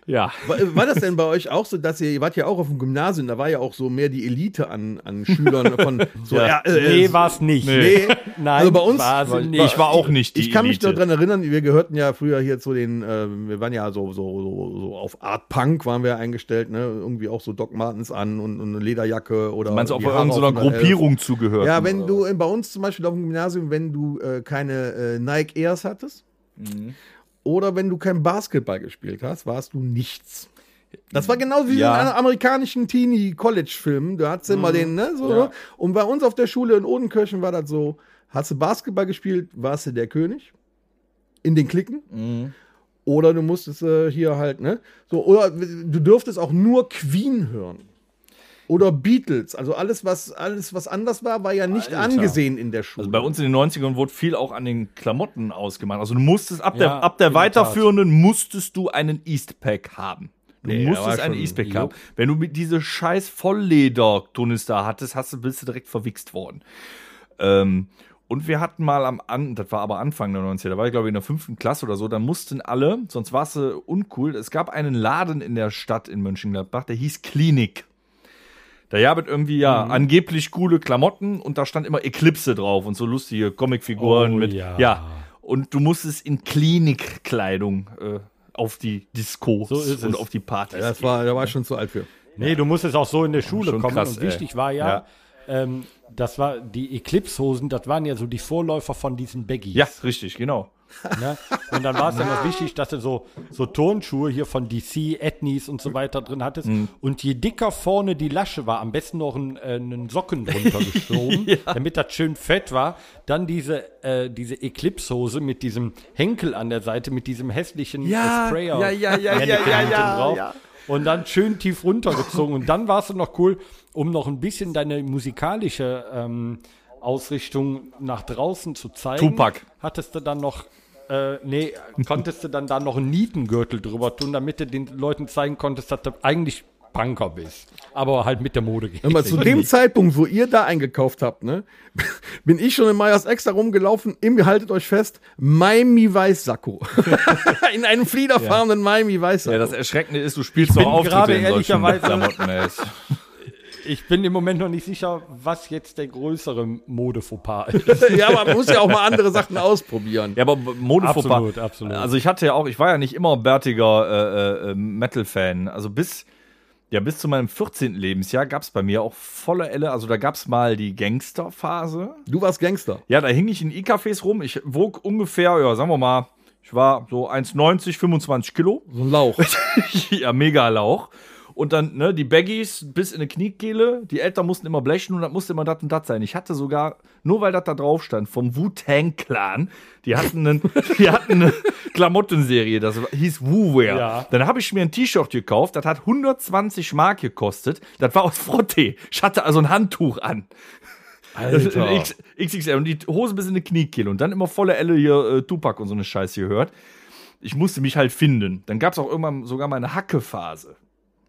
Ja. War, äh, war das denn bei euch auch so, dass ihr, ihr wart ja auch auf dem Gymnasium, da war ja auch so mehr die Elite an, an Schülern von so, ja, äh, nee, war es nicht. nee. Nein, Also bei uns- war sie nicht. Ich war auch nicht die Ich kann mich Elite. noch dran erinnern, wir gehörten ja früher hier zu den, äh, wir waren ja so, so, so, so auf Art Punk waren wir eingestellt, ne? Irgendwie auch so Doc Martens an und, und eine Lederjacke oder. Meinst du, ob die wir Haare irgendeiner auf 111. Gruppierung zugehört? Ja, wenn du äh, bei uns zum Beispiel auf dem Gymnasium, wenn du äh, keine äh, Nike Airs hattest oder wenn du kein Basketball gespielt hast, warst du nichts. Das war genau wie Ja. in einem amerikanischen Teenie-College-Film. Du hattest immer den, ne? So, ne? Und bei uns auf der Schule in Odenkirchen war das so: Hast du Basketball gespielt, warst du der König in den Klicken. Oder du musstest äh, hier halt, ne? So, oder du dürftest auch nur Queen hören. Oder Beatles. Also alles, was, alles, was anders war, war ja nicht angesehen in der Schule. Also bei uns in den 90ern wurde viel auch an den Klamotten ausgemacht. Also du musstest ab der, Ja, ab der in der weiterführenden musstest du einen Eastpack haben. Du Nee, da musstest war einen schon- Eastpack jo. haben. Wenn du mit diese scheiß Vollleder-Tunis da hattest, hast du, bist du direkt verwichst worden. Ähm, und wir hatten mal am an, das war aber Anfang der 90er, da war ich glaube ich in der fünften Klasse oder so, da mussten alle, sonst war es äh, uncool, es gab einen Laden in der Stadt in Mönchengladbach, der hieß Klinik. Da gab es irgendwie ja angeblich coole Klamotten und da stand immer Eclipse drauf und so lustige Comicfiguren Oh, mit. ja. Und du musstest in Klinikkleidung äh, auf die Disco So ist und es. auf die Partys. Das war, da war ich schon zu alt für. Nee, du musstest auch so in der Schule schon kommen. krass, und wichtig war ja, Ja. Ähm, das war die Eclipse-Hosen, das waren ja so die Vorläufer von diesen Baggies. ja, richtig, genau. Ne? Und dann war es ja noch wichtig, dass du so, so Turnschuhe hier von DC, Ethnies und so weiter drin hattest. Mhm. Und je dicker vorne die Lasche war, am besten noch einen, äh, einen Socken drunter geschoben, damit das schön fett war. Dann diese, äh, diese Eclipse-Hose mit diesem Henkel an der Seite, mit diesem hässlichen Ja, äh, Sprayer. ja, ja, ja, Henneke ja, ja, hinten ja, drauf. ja. Und dann schön tief runtergezogen. Und dann warst du noch cool, um noch ein bisschen deine musikalische ähm, Ausrichtung nach draußen zu zeigen. Tupac. Hattest du dann noch, äh, nee, konntest du dann da noch einen Nietengürtel drüber tun, damit du den Leuten zeigen konntest, dass du eigentlich Punker bist. Aber halt mit der Mode Hör mal, zu dem Zeitpunkt, wo ihr da eingekauft habt, ne, bin ich schon in Meyers Extra rumgelaufen, im, haltet euch fest, Miami Weißsacko. in einem fliederfarbenen Miami Ja, Weißsacko. das Erschreckende ist, du spielst doch bin Auftritte gerade in solchen ehrlicherweise- Klamotten, ey. Ich bin im Moment noch nicht sicher, was jetzt der größere Mode-Fauxpas ist. ja, aber man muss ja auch mal andere Sachen ausprobieren. Ja, aber Modefauxpas. Absolut, absolut. Also ich hatte ja auch, ich war ja nicht immer bärtiger äh, äh, Metal-Fan. Also bis, ja, bis zu meinem 14. Lebensjahr gab es bei mir auch volle Elle. Also da gab es mal die Gangster-Phase. Du warst Gangster. Ja, da hing ich in E-Cafés rum. Ich wog ungefähr, ja, sagen wir mal, ich war so 1,90, 25 Kilo. So ein Lauch. ja, mega Lauch. Und dann, ne, die Baggies bis in eine Kniekehle. Die Eltern mussten immer blechen und das musste immer das und das sein. Ich hatte sogar, nur weil das da drauf stand, vom Wu-Tang-Clan, die hatten, einen, die hatten eine Klamottenserie, das hieß Wu-Wear. Ja. Dann habe ich mir ein T-Shirt gekauft, das hat 120 Mark gekostet. Das war aus Frottee. Ich hatte also ein Handtuch an. Das ist ein X, XXL und die Hose bis in die Kniekehle und dann immer volle Elle hier äh, Tupac und so eine Scheiße gehört. Ich musste mich halt finden. Dann gab es auch irgendwann sogar mal eine Hackephase.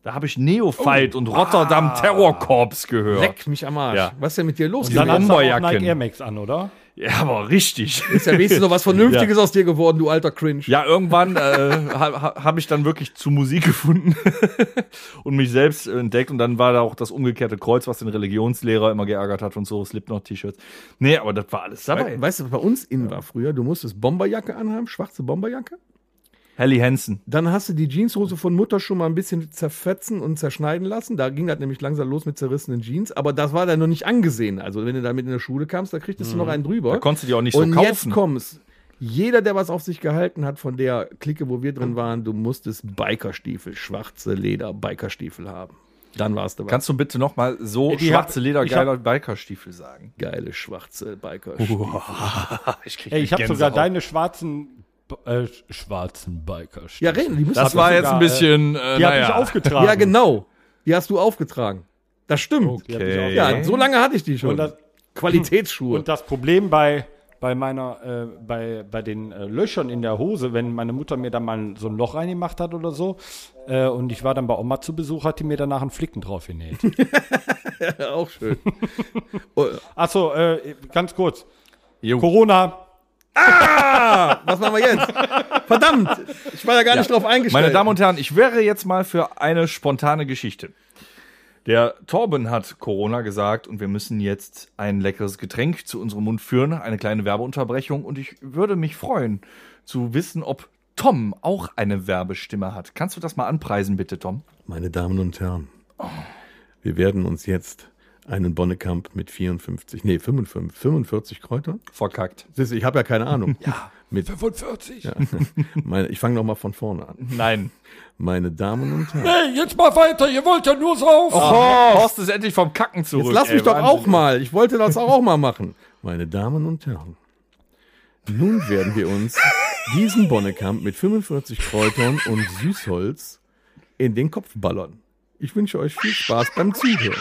Da habe ich Neophyte und Rotterdam Terror Corps gehört. Leck mich am Arsch. Ja. Was ist denn mit dir los? Dann gewesen? hast du auch Bomberjacken. Nike Air Max an, oder? Ja, aber richtig. ist ja wenigstens noch was Vernünftiges aus dir geworden, du alter Cringe. Ja, irgendwann äh, habe ha, hab ich dann wirklich zu Musik gefunden und mich selbst äh, entdeckt. Und dann war da auch das umgekehrte Kreuz, was den Religionslehrer immer geärgert hat und so, Slipknot-T-Shirts. Nee, aber das war alles dabei. We weißt du, was bei uns innen war früher? Du musstest Bomberjacke anhaben, schwarze Bomberjacke. Helly Hansen. Dann hast du die Jeanshose von Mutter schon mal ein bisschen zerfetzen und zerschneiden lassen. Da ging das nämlich langsam los mit zerrissenen Jeans. Aber das war dann noch nicht angesehen. Also wenn du damit in der Schule kamst, da kriegtest du noch einen drüber. Mhm. Da konntest du die auch nicht so und kaufen. jetzt kommst. Jeder, der was auf sich gehalten hat von der Clique, wo wir drin Mhm. waren, du musstest Bikerstiefel, schwarze Leder Bikerstiefel haben. Dann warst du dabei. Kannst du bitte noch mal so Die schwarze hab- Leder ich hab- geiler Bikerstiefel sagen? geile schwarze Oh. Bikerstiefel. Ich, krieg Ey, ich habe sogar Gänsehaut. deine schwarzen, äh, schwarzen Biker. Ja, reden, die müssen Das war jetzt ein sogar, bisschen. Äh, Die hab naja. ich aufgetragen. Ja, genau. Die hast du aufgetragen. Das stimmt. Die hab ich Okay. aufgetragen. Ja, so lange hatte ich die schon. Und das- Qualitätsschuhe. Und das Problem bei, bei meiner, äh, bei, bei den äh, Löchern in der Hose, wenn meine Mutter mir da mal so ein Loch reingemacht hat oder so, äh, und ich war dann bei Oma zu Besuch, hat die mir danach einen Flicken drauf genäht. Ja, auch schön. Achso, äh, ganz kurz. Jo. Corona. Was machen wir jetzt? Verdammt! Ich war ja gar nicht drauf eingestellt. Meine Damen und Herren, ich wäre jetzt mal für eine spontane Geschichte. Der Torben hat Corona gesagt und wir müssen jetzt ein leckeres Getränk zu unserem Mund führen, eine kleine Werbeunterbrechung und ich würde mich freuen zu wissen, ob Tom auch eine Werbestimme hat. Kannst du das mal anpreisen, bitte, Tom? Meine Damen und Herren, wir werden uns jetzt einen Bonnekamp mit 54, nee, 55, 45 Kräutern. Verkackt. Siehst du, Ich habe ja keine Ahnung. Ja. Mit, 45. meine, ich fange nochmal von vorne an. Nein. Meine Damen und Herren. Hey, jetzt mal weiter, ihr wollt ja nur so Oh, Horst ist endlich vom Kacken zurück. Jetzt lass ey, mich doch Wahnsinn. auch mal. Ich wollte das auch mal machen. Meine Damen und Herren, nun werden wir uns diesen Bonnekamp mit 45 Kräutern und Süßholz in den Kopf ballern. Ich wünsche euch viel Spaß beim Zuhören.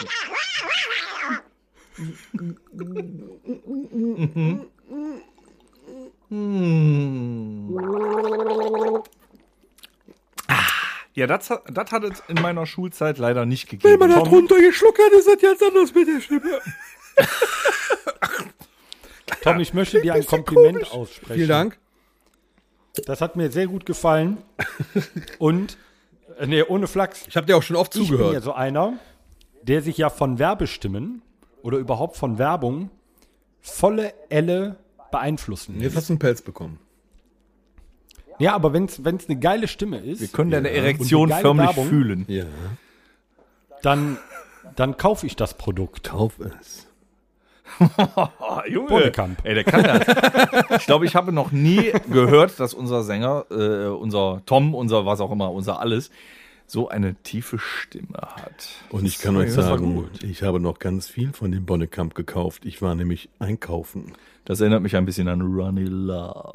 Ja, das, hat- das hat es in meiner Schulzeit leider nicht gegeben. Tom, runtergeschluckt hat, ist das jetzt anders mit der Stimme. Tom, ich möchte dir ein Kompliment aussprechen. Vielen Dank. Das hat mir sehr gut gefallen. und, äh, nee, ohne Flachs. Ich habe dir auch schon oft Ich bin ja zugehört. so einer, der sich ja von Werbestimmen oder überhaupt von Werbung volle Elle beeinflussen Jetzt lässt. hast du einen Pelz bekommen. Ja, aber wenn es eine geile Stimme Wir ist, können deine Und Erektion die geile förmlich Werbung. fühlen. Ja, dann, dann kaufe ich das Produkt. kauf es. Oh, Junge. Bodekamp. Ey, der kann das. ich glaube, ich habe noch nie gehört, dass unser Sänger, äh, unser Tom, unser was auch immer, unser alles, so eine tiefe Stimme hat. Und ich kann euch das war sagen, gut. ich habe noch ganz viel von dem Bonnekamp gekauft. Ich war nämlich einkaufen. Das erinnert mich ein bisschen an Ronnie Love.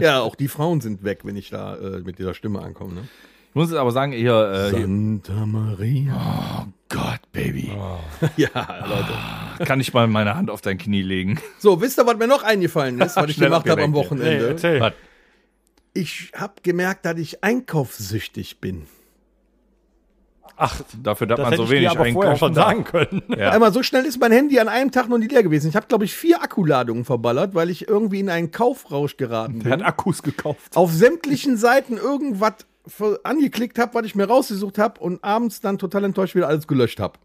Ja, auch die Frauen sind weg, wenn ich da äh, mit dieser Stimme ankomme. Ne? Ich muss jetzt aber sagen, hier, äh, hier Santa Maria. Gott, Baby. Ja, Leute. Kann ich mal meine Hand auf dein Knie legen? So, wisst ihr, was mir noch eingefallen ist, was ich Schnell gemacht habe am abgelenkt, Wochenende? Was? ich habe gemerkt, dass ich einkaufssüchtig bin. Ach, dafür darf Das man hätte so ich dir wenig aber vorher schon einkaufen. ne? sagen können. Ja. Einmal so schnell ist mein Handy an einem Tag noch nie leer gewesen. Ich habe, glaube ich, vier Akkuladungen verballert, weil ich irgendwie in einen Kaufrausch geraten bin. Der hat Akkus gekauft. Auf sämtlichen Seiten irgendwas für- angeklickt habe, was ich mir rausgesucht habe und abends dann total enttäuscht wieder alles gelöscht habe.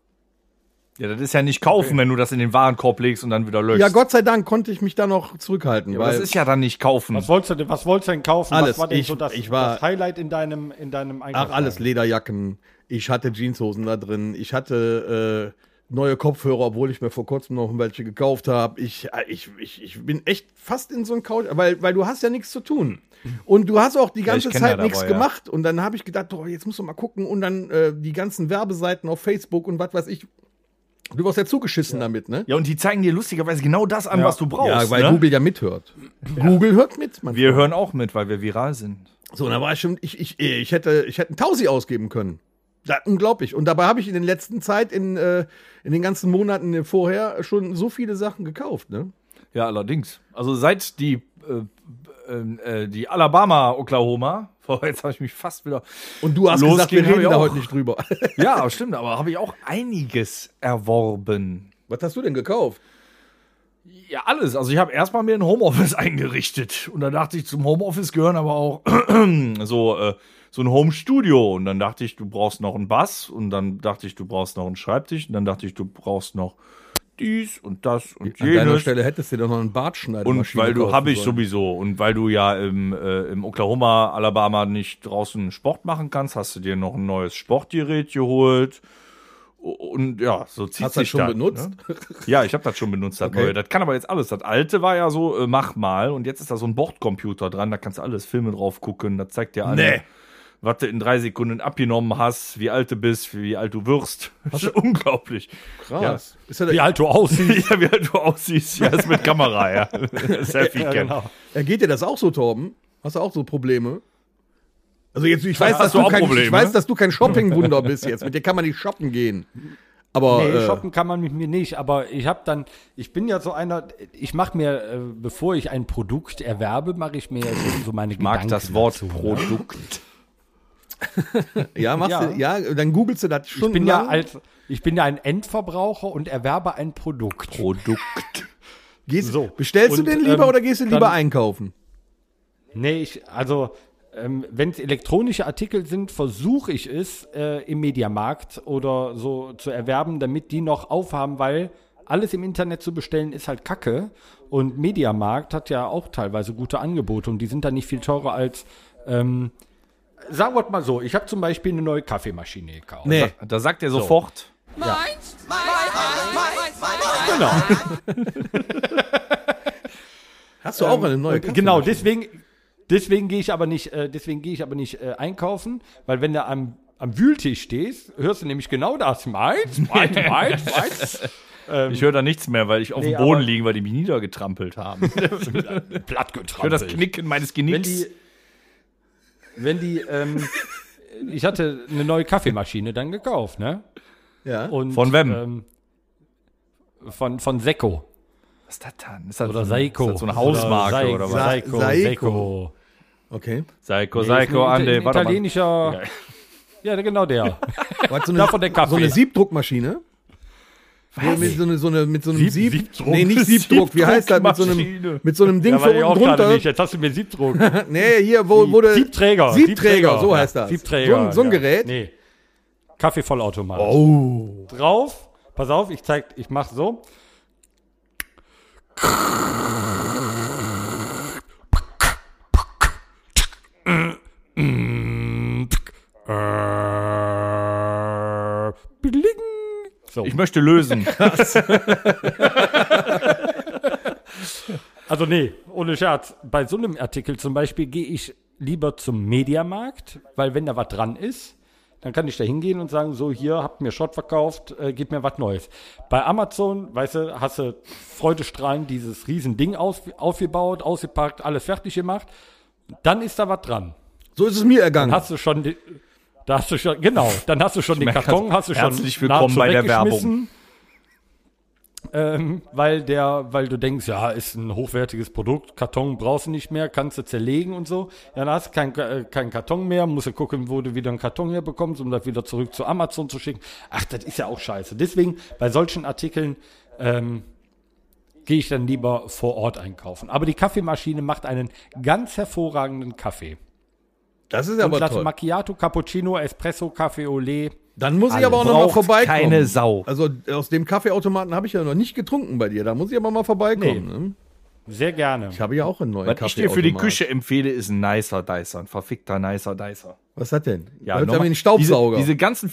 Ja, das ist ja nicht kaufen, wenn du das in den Warenkorb legst und dann wieder löschst. Ja, Gott sei Dank konnte ich mich da noch zurückhalten. Aber weil Das ist ja dann nicht kaufen. Was wolltest du denn, was wolltest du denn kaufen? Alles. Was war denn Ich- so das, ich war- das Highlight in deinem, in deinem Ach, alles Lederjacken. Ich hatte Jeanshosen da drin. Ich hatte äh, neue Kopfhörer, obwohl ich mir vor kurzem noch welche gekauft habe. Ich, äh, ich, ich, ich bin echt fast in so einem Couch, weil, weil du hast ja nichts zu tun. Und du hast auch die ganze ich kenn Zeit das nichts aber, ja. gemacht. Und dann habe ich gedacht, oh, jetzt musst du mal gucken. Und dann äh, die ganzen Werbeseiten auf Facebook und was weiß ich. Du warst ja zugeschissen damit, ne? Ja, und die zeigen dir lustigerweise genau das an, was du brauchst. Ja, weil ne? Google ja mithört. Google hört mit. Mann. Wir hören auch mit, weil wir viral sind. So, und da war ich schon, ich, ich, ich hätte, ich hätte einen Tausi ausgeben können. Ja, unglaublich. Und dabei habe ich in den letzten Zeit, in, äh, in den ganzen Monaten vorher schon so viele Sachen gekauft, ne? Ja, allerdings. Also seit die, äh, äh, die Alabama, Oklahoma, Boah, jetzt habe ich mich fast wieder. Und du hast Los gesagt, wir ging, hab reden ich da auch. heute nicht drüber. Ja, stimmt, aber habe ich auch einiges erworben. Was hast du denn gekauft? Ja, alles. Also ich habe erstmal mir ein Homeoffice eingerichtet. Und dann dachte ich, zum Homeoffice gehören aber auch so, äh, so ein Home-Studio. Und dann dachte ich, du brauchst noch einen Bass. Und dann dachte ich, du brauchst noch einen Schreibtisch. Und dann dachte ich, du brauchst noch dies und das und An deiner jenes. Stelle hättest du dir doch noch einen Bartschneider Und weil du, habe ich sowieso, und weil du ja im, äh, im Oklahoma, Alabama nicht draußen Sport machen kannst, hast du dir noch ein neues Sportgerät geholt. Und ja, so zieht Hast du das sich schon benutzt? Ne? Ja, ich habe das schon benutzt, das Okay. neue. Das kann aber jetzt alles. Das alte war ja so, äh, mach mal. Und jetzt ist da so ein Bordcomputer dran, da kannst du alles Filme drauf gucken. Da zeigt dir an, Nee. was du in drei Sekunden abgenommen hast, wie alt du bist, wie alt du wirst. Das ist unglaublich. Krass. Ist er, Wie alt du aussiehst. Ja, wie alt du aussiehst. Ja, ist mit Kamera, ja. Selfie-Cam. genau. Ja, genau. geht dir das auch so, Torben? Hast du auch so Probleme? Also jetzt, ich weiß, hast dass du du auch kein, ich Probleme? ne? weiß, dass du kein Shoppingwunder bist jetzt. Mit dir kann man nicht shoppen gehen. Aber Nee, äh, shoppen kann man mit mir nicht, aber ich habe dann, ich bin ja so einer, ich mache mir, äh, bevor ich ein Produkt erwerbe, mache ich mir ja so, so meine mag Gedanken das Wort dazu, ne? Produkt. ja, machst Ja. Du, ja, dann googelst du das schon. Ich bin ja als, ich bin ja ein Endverbraucher und erwerbe ein Produkt. Produkt. Gehst, So. Bestellst Und, du den lieber ähm, oder gehst du lieber dann- einkaufen? Nee, ich, also ähm, wenn es elektronische Artikel sind, versuche ich es äh, im Mediamarkt oder so zu erwerben, damit die noch aufhaben, weil alles im Internet zu bestellen ist halt Kacke. Und Mediamarkt hat ja auch teilweise gute Angebote und die sind dann nicht viel teurer als. Ähm, sagen wir mal so, ich habe zum Beispiel eine neue Kaffeemaschine gekauft. Nee. Da sagt er sofort. Genau. Hast du auch eine neue Kaffee? Genau, deswegen, deswegen gehe ich aber nicht, äh, deswegen gehe ich aber nicht äh, einkaufen, weil wenn du am, am Wühltisch stehst, hörst du nämlich genau das. Meins, meins, meins, meins. Ich höre da nichts mehr, weil ich auf Nee, dem Boden aber- liege, weil die mich niedergetrampelt haben. ich höre das Plattgetrampelt. Knicken meines Wenn Genicks. die, wenn die, ähm, ich hatte eine neue Kaffeemaschine dann gekauft, ne? Ja. Und, Von wem? Ähm, von, von Seko. was ist das dann? Ist das Oder so- Seiko. Ist das so eine Hausmarke Sei- oder was? Sei- Seiko, Sa- Seiko. Seiko. Okay. Seiko, Nee, ist Seiko, ein Ande. Ita- Warte mal. italienischer. Ja, genau der. Was, so eine, Davon der Kaffee. so eine Siebdruckmaschine? Was? Mit so, eine, so, eine, mit so einem Sieb- Sieb, Siebdruck. Nee, nicht Siebdruck. Wie heißt das? Mit so einem, Siebdruckmaschine. mit so einem Ding Ja, von weil unten runter. Jetzt hast du mir Siebdruck. Nee, hier, wo wurde. Siebträger. Siebträger, so heißt das. Siebträger. So ein- so ein Gerät? Nee. Kaffeevollautomat. Oh. Drauf. Pass auf, ich zeig, ich mach so. Bling. So. Ich möchte lösen. Also nee, ohne Scherz. Bei so einem Artikel zum Beispiel gehe ich lieber zum Mediamarkt, weil wenn da was dran ist, dann kann ich da hingehen und sagen, so hier, habt mir Schrott verkauft, äh, gebt mir was Neues. Bei Amazon, weißt du, hast du freudestrahlend dieses riesen Ding aus, aufgebaut, ausgepackt, alles fertig gemacht. Dann ist da was dran. So ist es mir ergangen. Hast du schon, die, da hast du schon, genau, dann hast du schon den merke, Karton, hast du schon herzlich willkommen bei der weggeschmissen. Ähm, weil der, weil du denkst, ja, ist ein hochwertiges Produkt, Karton brauchst du nicht mehr, kannst du zerlegen und so. Ja, dann hast du keinen äh, keinen Karton mehr, musst du gucken, wo du wieder einen Karton herbekommst, um das wieder zurück zu Amazon zu schicken. Ach, das ist ja auch scheiße. Deswegen, bei solchen Artikeln, ähm, gehe ich dann lieber vor Ort einkaufen. Aber die Kaffeemaschine macht einen ganz hervorragenden Kaffee. Das ist Und aber Latte toll. Macchiato, Cappuccino, Espresso, Kaffee au lait. Dann muss ich aber auch noch mal Braucht vorbeikommen. keine Sau. Also aus dem Kaffeeautomaten habe ich ja noch nicht getrunken bei dir. Da muss ich aber mal vorbeikommen. Ne? Sehr gerne. Ich habe ja auch einen neuen Was ich dir für die Kaffeeautomat. Küche empfehle, ist ein nicer Dicer, ein verfickter nicer Dicer. Was hat denn? Ja, Hört nochmal, einen Staubsauger. Diese, diese ganzen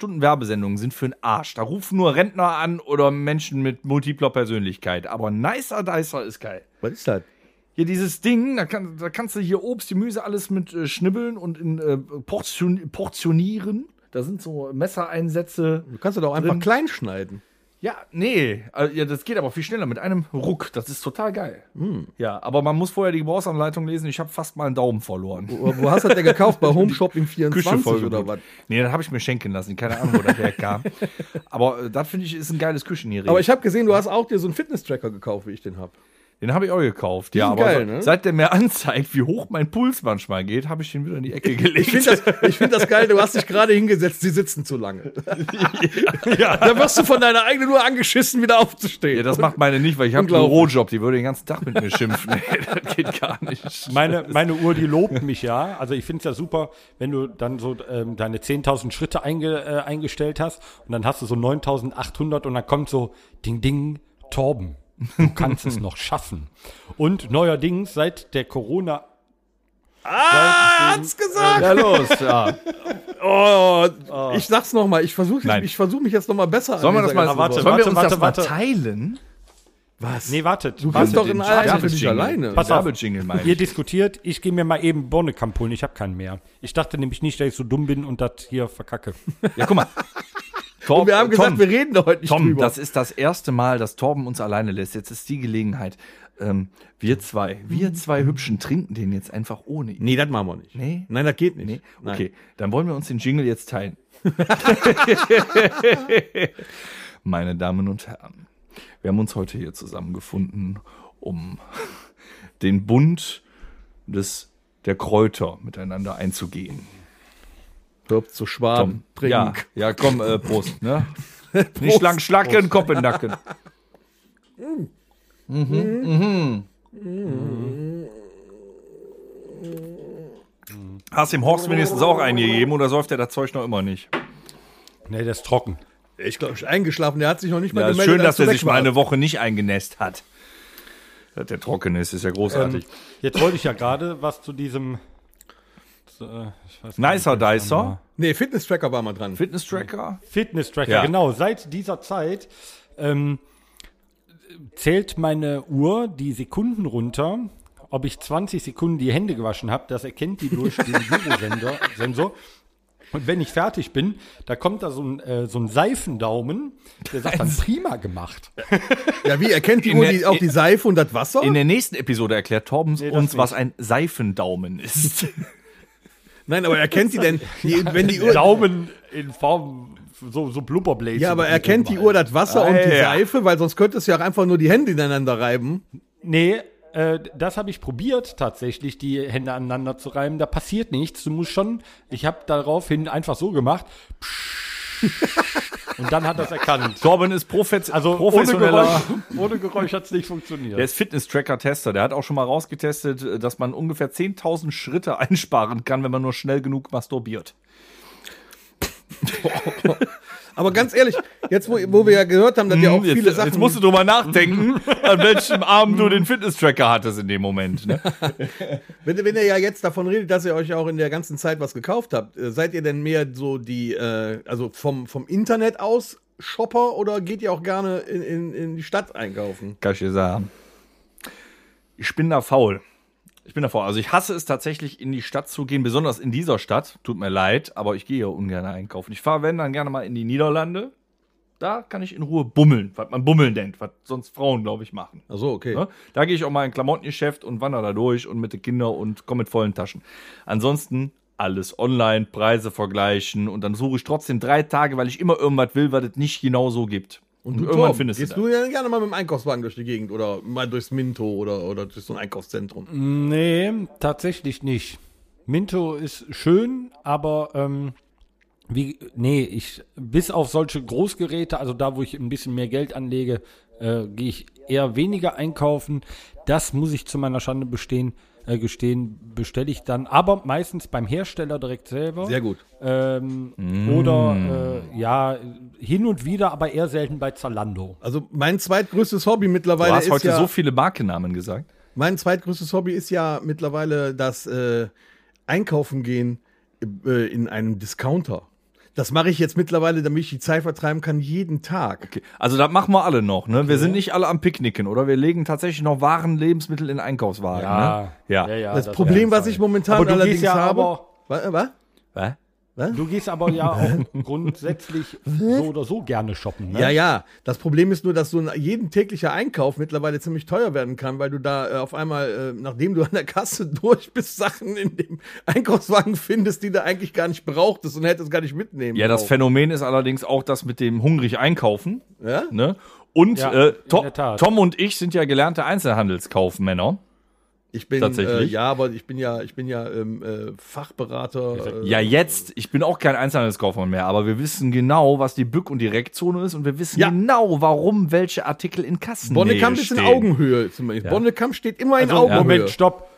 24-Stunden-Werbesendungen sind für den Arsch. Da rufen nur Rentner an oder Menschen mit multipler Persönlichkeit. Aber nicer Dicer ist geil. Was ist das? Hier dieses Ding, da, kann, da kannst du hier Obst, Gemüse, alles mit äh, schnibbeln und in äh, Portion, portionieren. Da sind so Messereinsätze. Du kannst das doch einfach Drin. klein schneiden. Ja, nee, also, ja, das geht aber viel schneller mit einem Ruck. Das ist total geil. Hm. Ja, aber man muss vorher die Gebrauchsanleitung lesen. Ich habe fast mal einen Daumen verloren. Wo, wo hast du das denn gekauft? Bei Home Shopping 24 vollgebaut. Oh, oder was? Nee, das habe ich mir schenken lassen. Keine Ahnung, wo das herkam. Aber äh, das finde ich ist ein geiles Küchengerät. Aber ich habe gesehen, du hast auch dir so einen Fitness-Tracker gekauft, wie ich den habe. den habe ich auch gekauft. Die Ja, sind aber geil, so, ne? seit der mir anzeigt, wie hoch mein Puls manchmal geht, habe ich den wieder in die Ecke gelegt. Ich finde das, ich find das geil, du hast dich gerade hingesetzt, die sitzen zu lange. ja. Da wirst du von deiner eigenen Uhr angeschissen, wieder aufzustehen. Ja, das macht meine nicht, weil ich habe einen Unglaublich. Bürojob. Die würde den ganzen Tag mit mir schimpfen. Nee, das geht gar nicht. Meine, meine Uhr, die lobt mich ja. Also ich finde es ja super, wenn du dann so ähm, deine 10.000 Schritte einge, äh, eingestellt hast und dann hast du so 9.800 und dann kommt so Ding Ding Torben. Du kannst es noch schaffen. Und neuerdings seit der Corona ah, hat's gesagt! Ja, los, ja. Oh, ich sag's nochmal, ich versuche Nein. ich versuch mich jetzt nochmal besser Sollen wir das mal, Ah, warte, sollen warte, wir uns warte, das mal warte. teilen? Was? Nee, wartet. du wartet. kannst doch in den aller Stapel Welt nicht jingle. alleine. Pass auf. Double Jingle meine Ihr ich. diskutiert, ich gehe mir mal eben Bonnekamp holen, ich habe keinen mehr. Ich dachte nämlich nicht, dass ich so dumm bin und das hier verkacke. Ja, guck mal. Torben, Und wir haben gesagt, Tom, wir reden da heute nicht Tom, drüber. das ist das erste Mal, dass Torben uns alleine lässt. Jetzt ist die Gelegenheit. Ähm, wir zwei, wir zwei Hübschen trinken den jetzt einfach ohne ihn. nee, das machen wir nicht. Nee. Nein, das geht nicht. Nee? Nein. Okay, dann wollen wir uns den Jingle jetzt teilen. Meine Damen und Herren, wir haben uns heute hier zusammengefunden, um den Bund des, der Kräuter miteinander einzugehen. Hör zu schwaben. Trink. Ja, ja komm, äh, Prost. Ne? Nicht lang schlacken, Kopf in den Nacken. Mhm, Hast dem Horst wenigstens auch eingegeben oder säuft er das Zeug noch immer nicht? Nee, der ist trocken. Ich glaube, ich bin eingeschlafen, der hat sich noch nicht mal Ja, ist gemeldet. schön, als dass du er weg sich mal warst. eine Woche nicht eingenässt hat. Dass der trocken ist, ist ja großartig. Jetzt wollte ich ja gerade was zu diesem zu, äh, ich weiß gar nicht, Nicer Dicer, Nee, Fitness-Tracker war mal dran. Fitness-Tracker. Fitness-Tracker, Ja. genau. Seit dieser Zeit ähm, zählt meine Uhr die Sekunden runter, ob ich 20 Sekunden die Hände gewaschen habe. Das erkennt die durch den Gyrosensor. Sensor. Und wenn ich fertig bin, da kommt da so ein, äh, so ein Seifendaumen, der sagt dann prima gemacht. Ja, wie, erkennt die In Uhr der- die, auch die Seife und das Wasser? In der nächsten Episode erklärt Torben das uns, was nicht. ein Seifendaumen ist. Nein, aber erkennt die denn, die, wenn die Uhr... Daumen in Form so, so Blubberbläschen. Ja, aber erkennt die Uhr das Wasser und die Ah, ja. Seife? Weil sonst könntest du ja auch einfach nur die Hände ineinander reiben. Nee, äh, das habe ich probiert, tatsächlich die Hände aneinander zu reiben. Da passiert nichts. Du musst schon, ich habe daraufhin einfach so gemacht. Und dann hat das erkannt. Torben ist Profes Also ohne Geräusch, ohne Geräusch hat es nicht funktioniert. Der ist Fitness-Tracker-Tester. Der hat auch schon mal rausgetestet, äh, dass man ungefähr 10.000 Schritte einsparen kann, wenn man nur schnell genug masturbiert. Aber ganz ehrlich, jetzt wo, wo wir ja gehört haben, dass ja auch viele Hm, jetzt, Sachen. jetzt musst du drüber nachdenken, an welchem Abend du den Fitness-Tracker hattest in dem Moment. Ne? wenn, wenn ihr ja jetzt davon redet, dass ihr euch auch in der ganzen Zeit was gekauft habt, äh, seid ihr denn mehr so die, äh, also vom, vom Internet aus Shopper oder geht ihr auch gerne in, in, in die Stadt einkaufen? Kann ich dir sagen. Ich bin da faul. Ich bin da faul. Also ich hasse es tatsächlich, in die Stadt zu gehen, besonders in dieser Stadt. Tut mir leid, aber ich gehe ja ungern einkaufen. Ich fahre, wenn, dann gerne mal in die Niederlande. Da kann ich in Ruhe bummeln, was man bummeln nennt, was sonst Frauen, glaube ich, machen. Achso, okay. Ne? Da gehe ich auch mal in ein Klamottengeschäft und wandere da durch und mit den Kindern und komme mit vollen Taschen. Ansonsten alles online, Preise vergleichen und dann suche ich trotzdem drei Tage, weil ich immer irgendwas will, was es nicht genau so gibt. Und, irgendwann Torben, findest du gehst das. du ja gerne mal mit dem Einkaufswagen durch die Gegend oder mal durchs Minto oder, oder durch so ein Einkaufszentrum. Nee, tatsächlich nicht. Minto ist schön, aber ähm, wie, nee, ich, bis auf solche Großgeräte, also da, wo ich ein bisschen mehr Geld anlege, äh, gehe ich eher weniger einkaufen. Das muss ich zu meiner Schande bestehen, äh, gestehen, bestelle ich dann, aber meistens beim Hersteller direkt selber. Sehr gut. Mm. Ähm, Oder äh, ja, hin und wieder, aber eher selten bei Zalando. Also mein zweitgrößtes Hobby Du mittlerweile hast ist heute ja so viele Markennamen gesagt. mein zweitgrößtes Hobby ist ja mittlerweile das äh, Einkaufen gehen äh, in einem Discounter. Das mache ich jetzt mittlerweile, damit ich die Zeit vertreiben kann, jeden Tag. Okay. Also das machen wir alle noch, ne? Wir sind nicht alle am Picknicken, oder? Wir legen tatsächlich noch Waren, Lebensmittel in Einkaufswagen, ne? das, Problem, was ich momentan halt- Aber du allerdings gehst ja habe. aber- Wa- äh, wa? Hä? Du gehst aber ja auch grundsätzlich so oder so gerne shoppen. Ne? Ja, ja. Das Problem ist nur, dass so ein jeden täglicher Einkauf mittlerweile ziemlich teuer werden kann, weil du da äh, auf einmal, äh, nachdem du an der Kasse durch bist, Sachen in dem Einkaufswagen findest, die du eigentlich gar nicht brauchtest und hättest gar nicht mitnehmen. Ja, das brauchen. Phänomen ist allerdings auch das mit dem hungrig einkaufen. Ja? Ne? Und Ja, äh, in Tom, der Tat. Tom und ich sind ja gelernte Einzelhandelskaufmänner. Ich bin Tatsächlich? Äh, ja, aber ich bin ja, ich bin ja ähm, äh, Fachberater. Äh, Ja, jetzt, ich bin auch kein Einzelhandelskaufmann mehr, aber wir wissen genau, was die Bück- und Direktzone ist und wir wissen Ja. genau, warum welche Artikel in Kassen Bonnekamp ist in Augenhöhe zumindest. Bonnekamp steht immer Also, in Augenhöhe. Also, Moment, stopp.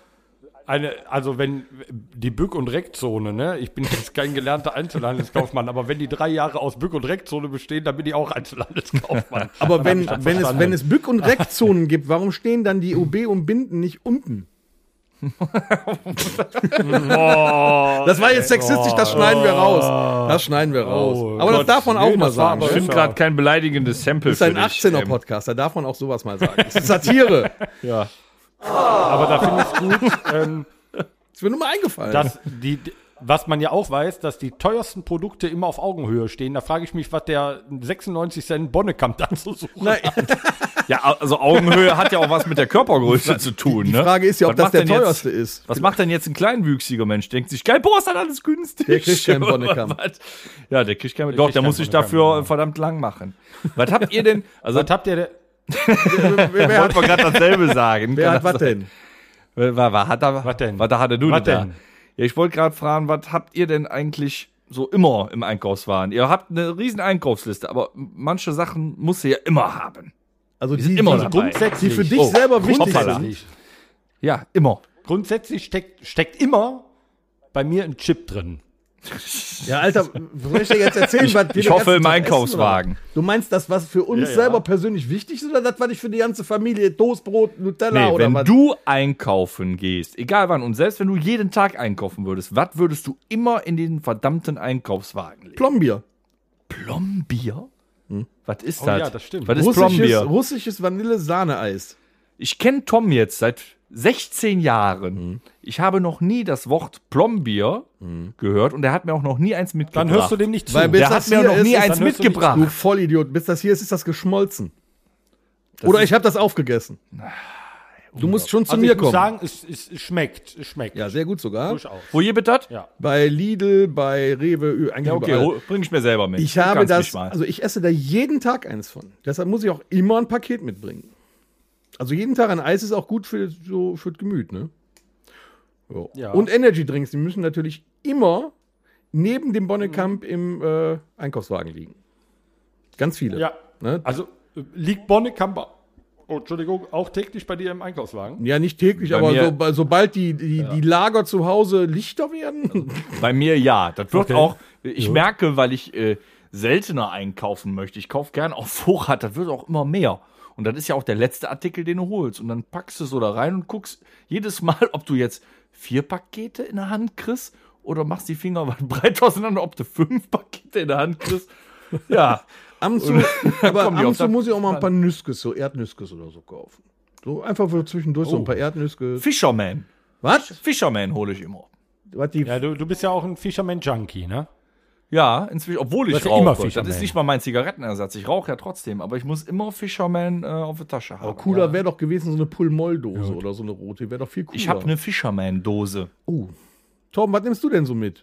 Eine, also wenn die Bück- und Reckzone, ne? Ich bin jetzt kein gelernter Einzelhandelskaufmann, aber wenn die drei Jahre aus Bück- und Reckzone bestehen, dann bin ich auch Einzelhandelskaufmann. aber wenn, Dann hab ich das wenn, es, verstanden. wenn es Bück- und Reckzonen gibt, warum stehen dann die OB und Binden nicht unten? das war jetzt sexistisch, das schneiden wir raus. Das schneiden wir raus. Oh, aber das Gott. darf man auch Nee, mal das war sagen. aber ne? Ich finde gerade kein beleidigendes Sample Das ist für ein dich, ähm. 18er-Podcast, da darf man auch sowas mal sagen. Das ist Satire. Aber da finde ich gut, ähm, ist mir nur mal eingefallen. dass die, was man ja auch weiß, dass die teuersten Produkte immer auf Augenhöhe stehen. Da frage ich mich, was der 96 Cent Bonnekamp dazu sucht. Nein, Ja, also Augenhöhe hat ja auch was mit der Körpergröße zu tun. die ne? Frage ist ja, ob Was das macht der denn jetzt- teuerste ist. Was macht denn jetzt ein kleinwüchsiger Mensch? Denkt sich, geil, boah, ist das alles günstig. Der kriegt keinen Bonnekamp. Oder was? Ja, der kriegt keinen Doch, der keinen muss sich Bonnekamp, dafür genau. äh, verdammt lang machen. Was habt ihr denn? Also, Was habt ihr denn? wer, wer, wollte hat, man gerade dasselbe sagen. wer Kann hat das was denn? sein? Wa- wa- hat er, Was denn? Was hatte du Was da? denn? Ja, ich wollte gerade fragen, was habt ihr denn eigentlich so immer im Einkaufswaren? Ihr habt eine riesen Einkaufsliste, aber manche Sachen musst ihr ja immer haben. Also sind immer dabei. die für dich Oh, selber wichtig hoppala. sind. Ja, immer. Grundsätzlich steckt, steckt immer bei mir ein Chip drin. Ja, Alter, soll ich dir jetzt erzählen, was wir ich den hoffe, ganzen im Tag Einkaufswagen. essen, oder was? du meinst das, was für uns Ja, ja. selber persönlich wichtig ist oder das, was ich für die ganze Familie, Toastbrot, Nutella Nee, oder wenn was? du einkaufen gehst, egal wann, und selbst wenn du jeden Tag einkaufen würdest, was würdest du immer in den verdammten Einkaufswagen legen? Plombier. Plombier? Was ist Oh das? ja, das stimmt. Was ist Russisches, Plombier? russisches Vanille-Sahne-Eis. Ich kenne Tom jetzt seit 16 Jahren. Hm. Ich habe noch nie das Wort Plombier gehört und er hat mir auch noch nie eins mitgebracht. Dann hörst du dem nicht zu. Weil bis der das hat mir hier noch nie ist, eins dann hörst du nicht mitgebracht. Du Vollidiot, bis das hier ist, ist das geschmolzen. oder ich habe das aufgegessen. Du musst schon Ah, zu also mir ich muss kommen. sagen, es, es, es schmeckt. Es schmeckt. ja, sehr gut sogar. Durchaus. Wo ihr bitte? Ja. Bei Lidl, bei Rewe, ü- eigentlich Ja, okay, überall. hol- bring ich mir selber mit. Ich Du habe kannst das, mich mal. also ich esse da jeden Tag eins von. Deshalb muss ich auch immer ein Paket mitbringen. Also jeden Tag ein Eis ist auch gut für, so, für das Gemüt, ne? Jo. Ja. Und Energy Drinks, die müssen natürlich immer neben dem Bonnekamp im äh, Einkaufswagen liegen. Ganz viele. Ja. Ne? Also äh, liegt Bonnekamp Oh, Entschuldigung, auch täglich bei dir im Einkaufswagen? Ja, nicht täglich, Bei aber mir- so, bei- sobald die, die, die Lager zu Hause lichter werden. Bei mir ja. Das wird Okay. auch, ich merke, weil ich äh, seltener einkaufen möchte. Ich kaufe gern auf Vorrat, das wird auch immer mehr. Und das ist ja auch der letzte Artikel, den du holst. Und dann packst du so da rein und guckst jedes Mal, ob du jetzt vier Pakete in der Hand kriegst oder machst die Finger weit breit auseinander, ob du fünf Pakete in der Hand kriegst. Ja, Ab und zu, aber kommen die auf ab und zu das- muss ich auch mal ein paar Nüskes, so Erdnüskes oder so kaufen. So einfach für zwischendurch so ein paar Erdnüskes. Fisherman. Was? Fisherman hole ich immer. Was die Ja, du, du bist ja auch ein Fisherman-Junkie, ne? Ja, inzwischen, obwohl ich hast ja rauche. immer das Fisherman. ist nicht mal mein Zigarettenersatz. Ich rauche ja trotzdem, aber ich muss immer Fisherman äh, auf der Oh, Tasche haben. cooler wäre doch gewesen, so eine Pull-Moll-Dose oder so eine rote. Wäre doch viel cooler. Ich habe eine Fisherman-Dose. Oh. Torben, was nimmst du denn so mit?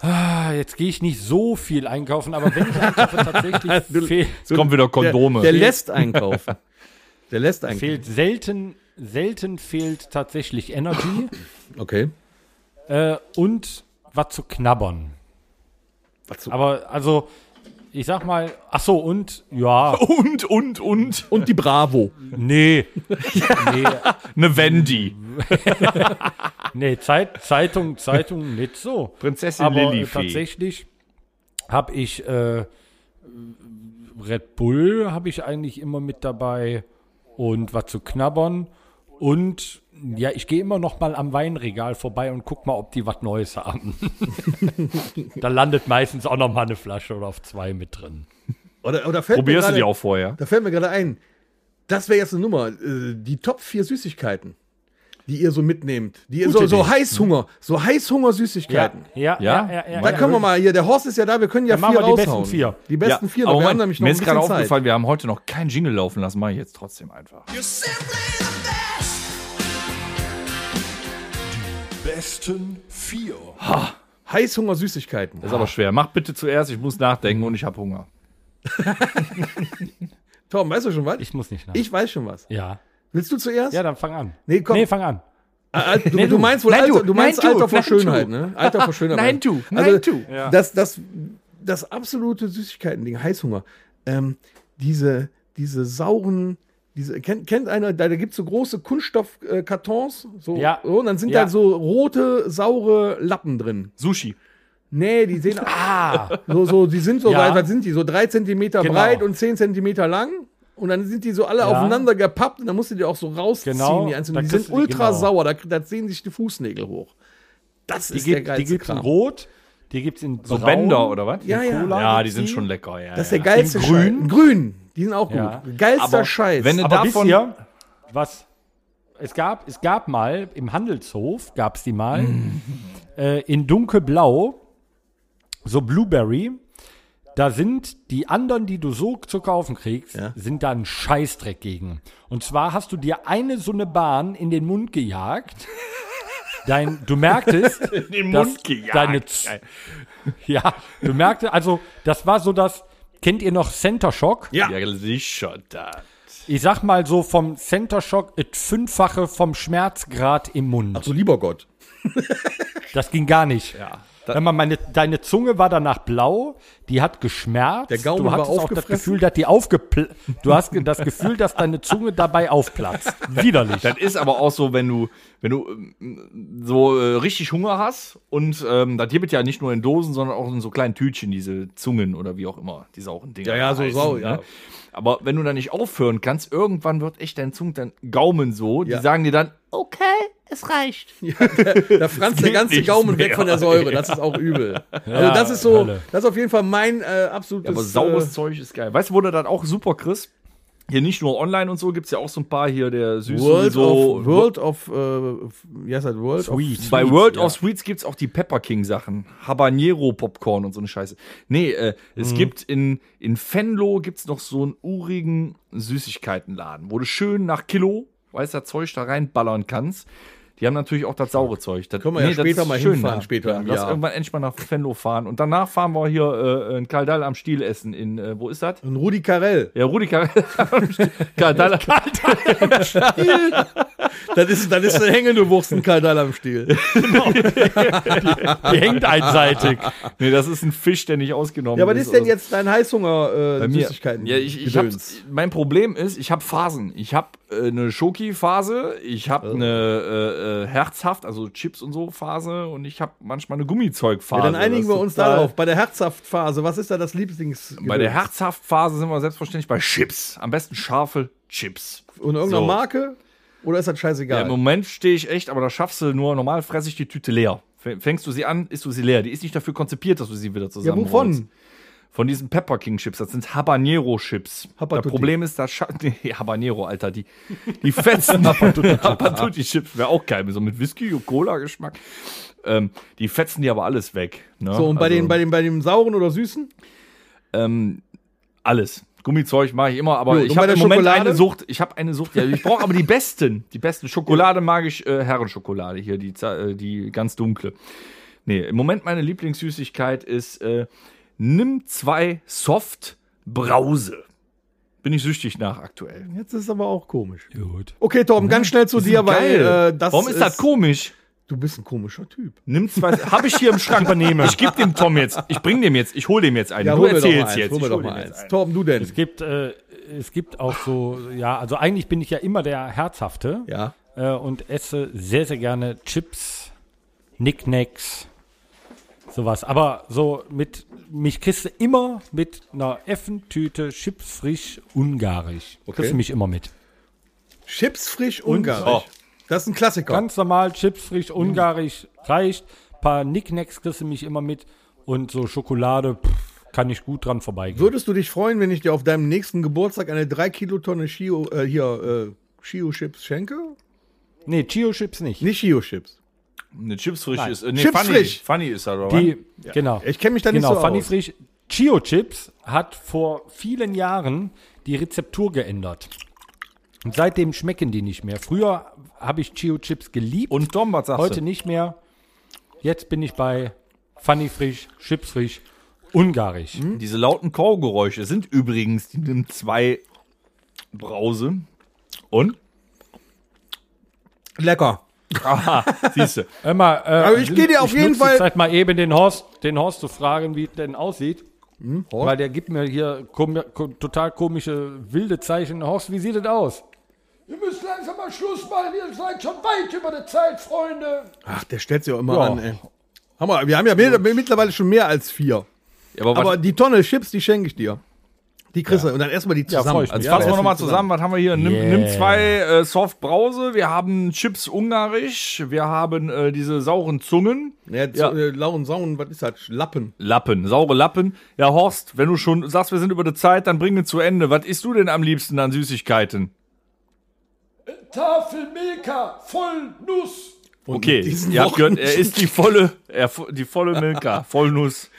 Ah, jetzt gehe ich nicht so viel einkaufen, aber wenn ich einkaufe, tatsächlich fehl, Jetzt kommen wieder Kondome. Der, der lässt einkaufen. Der lässt einkaufen. fehlt selten, selten fehlt tatsächlich Energy Okay. äh, und was zu knabbern. Was so- Aber also, ich sag mal, ach so, und ja, und, und, und. Und die Bravo. nee, nee, Eine Wendy. nee, Zeit, Zeitung, Zeitung nicht so. Prinzessin Aber äh, Lilifee. tatsächlich habe ich äh, Red Bull habe ich eigentlich immer mit dabei und was zu knabbern und ja, ich gehe immer noch mal am Weinregal vorbei und guck mal, ob die was Neues haben. da landet meistens auch noch mal eine Flasche oder auf zwei mit drin. Oder, oder fällt mir Probierst du gerade- die auch vorher? Da fällt mir gerade ein, das wäre jetzt eine Nummer. äh, Die Top 4 Süßigkeiten, die ihr so mitnehmt. Die ihr so, so Heißhunger, so Heißhunger-Süßigkeiten. ja, Ja? Da können wir mal hier, der Horst ist ja da, wir können ja Dann machen vier wir die besten raushauen. vier. Die besten vier, aber wir haben Moment, nämlich noch mir ein ist gerade bisschen Zeit. aufgefallen, wir haben heute noch keinen Jingle laufen lassen. Mach ich jetzt trotzdem einfach. You're simply the best. Die besten vier. Heißhunger-Süßigkeiten. Das ist aber schwer. Mach bitte zuerst, ich muss nachdenken und ich habe Hunger. Tom, weißt du schon was? Ich, Ich muss nicht nach. weiß schon was. ja. Willst du zuerst? Ja, dann fang an. Nee, komm. Nee, fang an. Ah, ah, du, Nee, du du. meinst wohl Nein, du. Alter, du meinst Nein, du. Alter vor Nein, du. Schönheit, ne? Alter vor Schönheit. Nein, du. Nein, also, du. Ja. Das, das, das absolute Süßigkeiten-Ding, Heißhunger. Ähm, diese, diese sauren, diese, kennt, kennt einer, da, da gibt es so große Kunststoffkartons, so, Ja. so, und dann sind Ja. da so rote, saure Lappen drin. Sushi. Nee, die sehen, ah, so, so, die sind so, Ja. weit, was sind die? So drei Zentimeter Genau. breit und zehn Zentimeter lang. Und dann sind die so alle aufeinander gepappt und dann musst du die auch so rausziehen, Genau, die einzelnen. da Die kriegst sind du die, ultra genau. sauer, da, da ziehen sich die Fußnägel hoch. Das Die ist der gibt die geilste gibt's in Kram. Rot, die gibt's in So Braun. Bänder oder was? Ja, ja. Cola Ja, gibt's die sind schon lecker. Ja, Das ist ja. der geilste In Scheiß. Grün, die sind auch gut. Ja. Geilster Aber Scheiß. wenn du Aber davon- davon wisst ihr, was es gab, es gab mal im Handelshof gab es die mal äh, in dunkelblau so Blueberry. Da sind die anderen, die du so zu kaufen kriegst, sind da ein Scheißdreck gegen. Und zwar hast du dir eine so eine Bahn in den Mund gejagt. Dein, du merktest, In den dass Mund gejagt. deine Z- ja, du merktest, also das war so das, kennt ihr noch Center Shock? ja. ja, sicher. Da. Ich sag mal so vom Center Shock das Fünffache vom Schmerzgrad im Mund. so lieber Gott. Das ging gar nicht. Ja. Wenn man meine, deine Zunge war danach blau, die hat geschmerzt. Der du Gaumen war hattest auch das aufgefressen. Gefühl, dass die aufgepl du hast ge- das Gefühl, dass deine Zunge dabei aufplatzt. Widerlich. Das ist aber auch so, wenn du, wenn du ähm, so äh, richtig Hunger hast und ähm, das gibt ja nicht nur in Dosen, sondern auch in so kleinen Tütchen, diese Zungen oder wie auch immer, die sauren Dinger. Ja, ja, so heißen, sau, ne? ja. Aber wenn du da nicht aufhören kannst, irgendwann wird echt dein Zungen, dein Gaumen so, Ja. die sagen dir dann, Okay, es reicht. Da franzt der geht ganze nichts Gaumen weg mehr. von der Säure. Das ist auch übel. also das ist so, Hölle. das ist auf jeden Fall mein äh, absolutes. aber saures äh, Zeug ist geil. Weißt du, wo du das auch super kriegst? Hier nicht nur online und so, gibt's ja auch so ein paar hier der süßen World so. of World of äh, wie heißt das? World Sweet. of Bei World ja. of Sweets gibt's auch die Pepper King Sachen. Habanero Popcorn und so eine Scheiße. Nee, äh, es Mhm. gibt in, in Fenlo gibt's noch so einen urigen Süßigkeitenladen, wo du schön nach Kilo, weißt du, das Zeug da reinballern kannst. Die haben natürlich auch das saure Zeug. Das, Können wir ja das später ist mal hinfahren, später ja, im lass Jahr. irgendwann endlich mal nach Fenlo fahren. Und danach fahren wir hier äh, in Kaldal am Stiel essen. In, äh, wo ist das? Und Rudi Carell. Ja, Rudi Kaldal am Stiel. Kaldal am Stiel. Das ist, das ist eine hängende Wurst, ein Kaldal am Stiel. Die hängt einseitig. Nee, das ist ein Fisch, der nicht ausgenommen Ja, was ist. ist denn oder so. jetzt dein Heißhunger äh, Bei mir- Süßigkeiten? Ja, ich, ich hab's- Gedöns? mein Problem ist, ich habe Phasen. Ich habe äh, eine Schoki-Phase, ich Oh. habe eine äh, äh, herzhaft, also Chips und so Phase und ich habe manchmal eine Gummizeug-Phase. ja, dann Das einigen ist wir uns total- darauf. Bei der Herzhaftphase, was ist da das Lieblings? Bei der Herzhaftphase sind wir selbstverständlich bei Chips. Am besten scharfe Chips. Und irgendeiner So. Marke? Oder ist das Ja, scheißegal? Im Moment stehe ich echt, aber da schaffst du nur, normal fresse ich die Tüte leer. F- Fängst du sie an, isst du sie leer. Die ist nicht dafür konzipiert, dass du sie wieder Ja, zusammen wovon? Von diesen Pepper King Chips. Das sind Habanero Chips. Das Hapatutti. Problem ist, da scha- nee, Habanero, Alter, die, die fetzen Hapatutti Chips wäre auch geil, so mit Whisky und Cola Geschmack. Ähm, die fetzen die aber alles weg. Ne? So, und bei, Also, den, bei, den, bei dem sauren oder süßen? ähm, alles. Gummizeug mache ich immer, aber Jo, und ich bei habe der im Moment Schokolade? eine Sucht. Ich habe eine Sucht. Ja, ich brauche aber die besten. Die besten. Schokolade mag ich, äh, Herrenschokolade hier, die, za- äh, die ganz dunkle. Nee, im Moment meine Lieblingssüßigkeit ist äh, Nimm 2 Soft Brause. Bin ich süchtig nach aktuell. Jetzt ist aber auch komisch. Gut. Okay, Mhm. Torben, ganz schnell zu dir, weil äh, das Warum ist das komisch? Du bist ein komischer Typ. Nimm zwei. Habe ich hier im Schrank nehme. Ich gebe dem Tom jetzt. Ich bring dem jetzt. Ich hole dem jetzt einen. Ja, du hol mir doch mal erzählst eins. jetzt. Hol mir Ich doch hol mal dem jetzt eins. Torben, du denn? Es gibt, äh, es gibt auch so, ja, also eigentlich bin ich ja immer der Herzhafte Ja. äh, und esse sehr, sehr gerne Chips, Knickknacks, sowas. Aber so mit, mich kriegst du immer mit einer Effentüte Chips frisch ungarisch. Kriegst du mich immer mit. Chips frisch Oh. ungarisch. Das ist ein Klassiker. Ganz normal Chips frisch ungarisch reicht. Paar Knickknacks kriegst du mich immer mit und so Schokolade pff, kann ich gut dran vorbeigehen. Würdest du dich freuen, wenn ich dir auf deinem nächsten Geburtstag eine 3 Kilotonne Shio, äh, hier, äh, Shio-Chips schenke? Nee, Chio-Chips nicht. Nicht Shio-Chips. Eine Chipsfrisch ist. äh, Nee, Chips Funny. frisch. Funny ist da, oder? was? Die, Genau. Ich kenne mich da nicht genau, so Funny aus. Frisch. Chio Chips hat vor vielen Jahren die Rezeptur geändert. Und seitdem schmecken die nicht mehr. Früher habe ich Chio Chips geliebt, Und Tom, was sagst heute du? nicht mehr. Jetzt bin ich bei Funny Frisch, Chips Frisch, Ungarisch. Diese lauten Kaugeräusche sind übrigens die nimm zwei Brause. Und? Lecker. Aha, siehst du. Hör mal, äh, Aber Also ich geh dir auf jeden nutze Fall- die Zeit mal eben den Horst, den Horst zu fragen, wie es denn aussieht. Hm, Horst? Weil der gibt mir hier kom ko- total komische, wilde Zeichen. Horst, wie sieht es aus? Ihr müsst langsam mal Schluss machen, ihr seid schon weit über der Zeit, Freunde. Ach, der stellt sich auch immer Ja. an, ey. Hammer, wir haben ja mehr, mittlerweile schon mehr als vier. aber was, Aber die Tonne Chips, die schenke ich dir. Die kriegst du. Und dann essen wir die zusammen. freu ich mich. jetzt ja, fassen essen wir nochmal die zusammen. Was haben wir hier? Nimm, Yeah. nimm zwei äh, Soft Brause. Wir haben Chips ungarisch. Wir haben äh, diese sauren Zungen. Ja, zu, Ja. Äh, Lauren Saunen, was ist das? Lappen. Lappen, saure Lappen. Ja, Horst, wenn du schon sagst, wir sind über der Zeit, dann bring mir zu Ende. Was isst du denn am liebsten an Süßigkeiten? Tafel Milka, voll Nuss. Okay, diesen ihr habt Worten- gehört, er ist die volle, er, fu- die volle Milka, Vollnuss.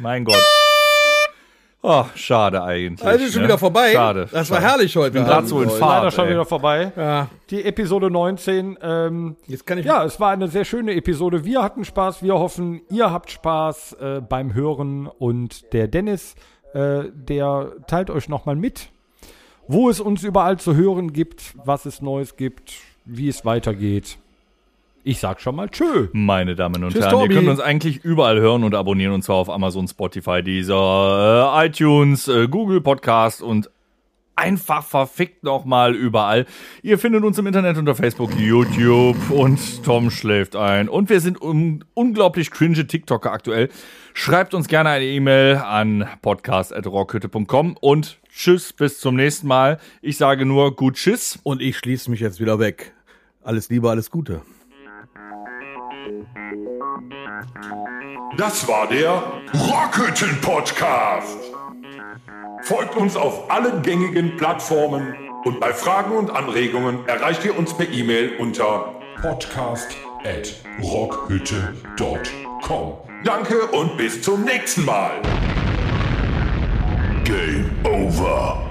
Mein Gott. Oh, schade eigentlich. Ah. Also ist schon ne? wieder vorbei. Schade. Das war herrlich heute. bin grad so in Leute. Fahrt. Leider schon ey. wieder vorbei. Ja, Die Episode 19. Ähm, jetzt kann ich. ja, es war eine sehr schöne Episode. Wir hatten Spaß. Wir hoffen, ihr habt Spaß äh, beim Hören. Und der Dennis, äh, der teilt euch nochmal mit, wo es uns überall zu hören gibt, was es Neues gibt, wie es weitergeht. Ich sag schon mal Tschö. Meine Damen und Tschüss, Herren, Tobi. ihr könnt uns eigentlich überall hören und abonnieren und zwar auf Amazon, Spotify, dieser äh, iTunes, äh, Google Podcast und einfach verfickt nochmal überall. Ihr findet uns im Internet unter Facebook, YouTube und Tom schläft ein. Und wir sind un unglaublich cringe TikToker aktuell. Schreibt uns gerne eine E-Mail an podcast.rockhütte.com und tschüss, bis zum nächsten Mal. Ich sage nur gut tschüss. Und ich schließe mich jetzt wieder weg. Alles Liebe, alles Gute. Das war der Rockhütten Podcast. Folgt uns auf allen gängigen Plattformen und bei Fragen und Anregungen erreicht ihr uns per E-Mail unter podcast at rockhütte.com. Danke und bis zum nächsten Mal. Game over.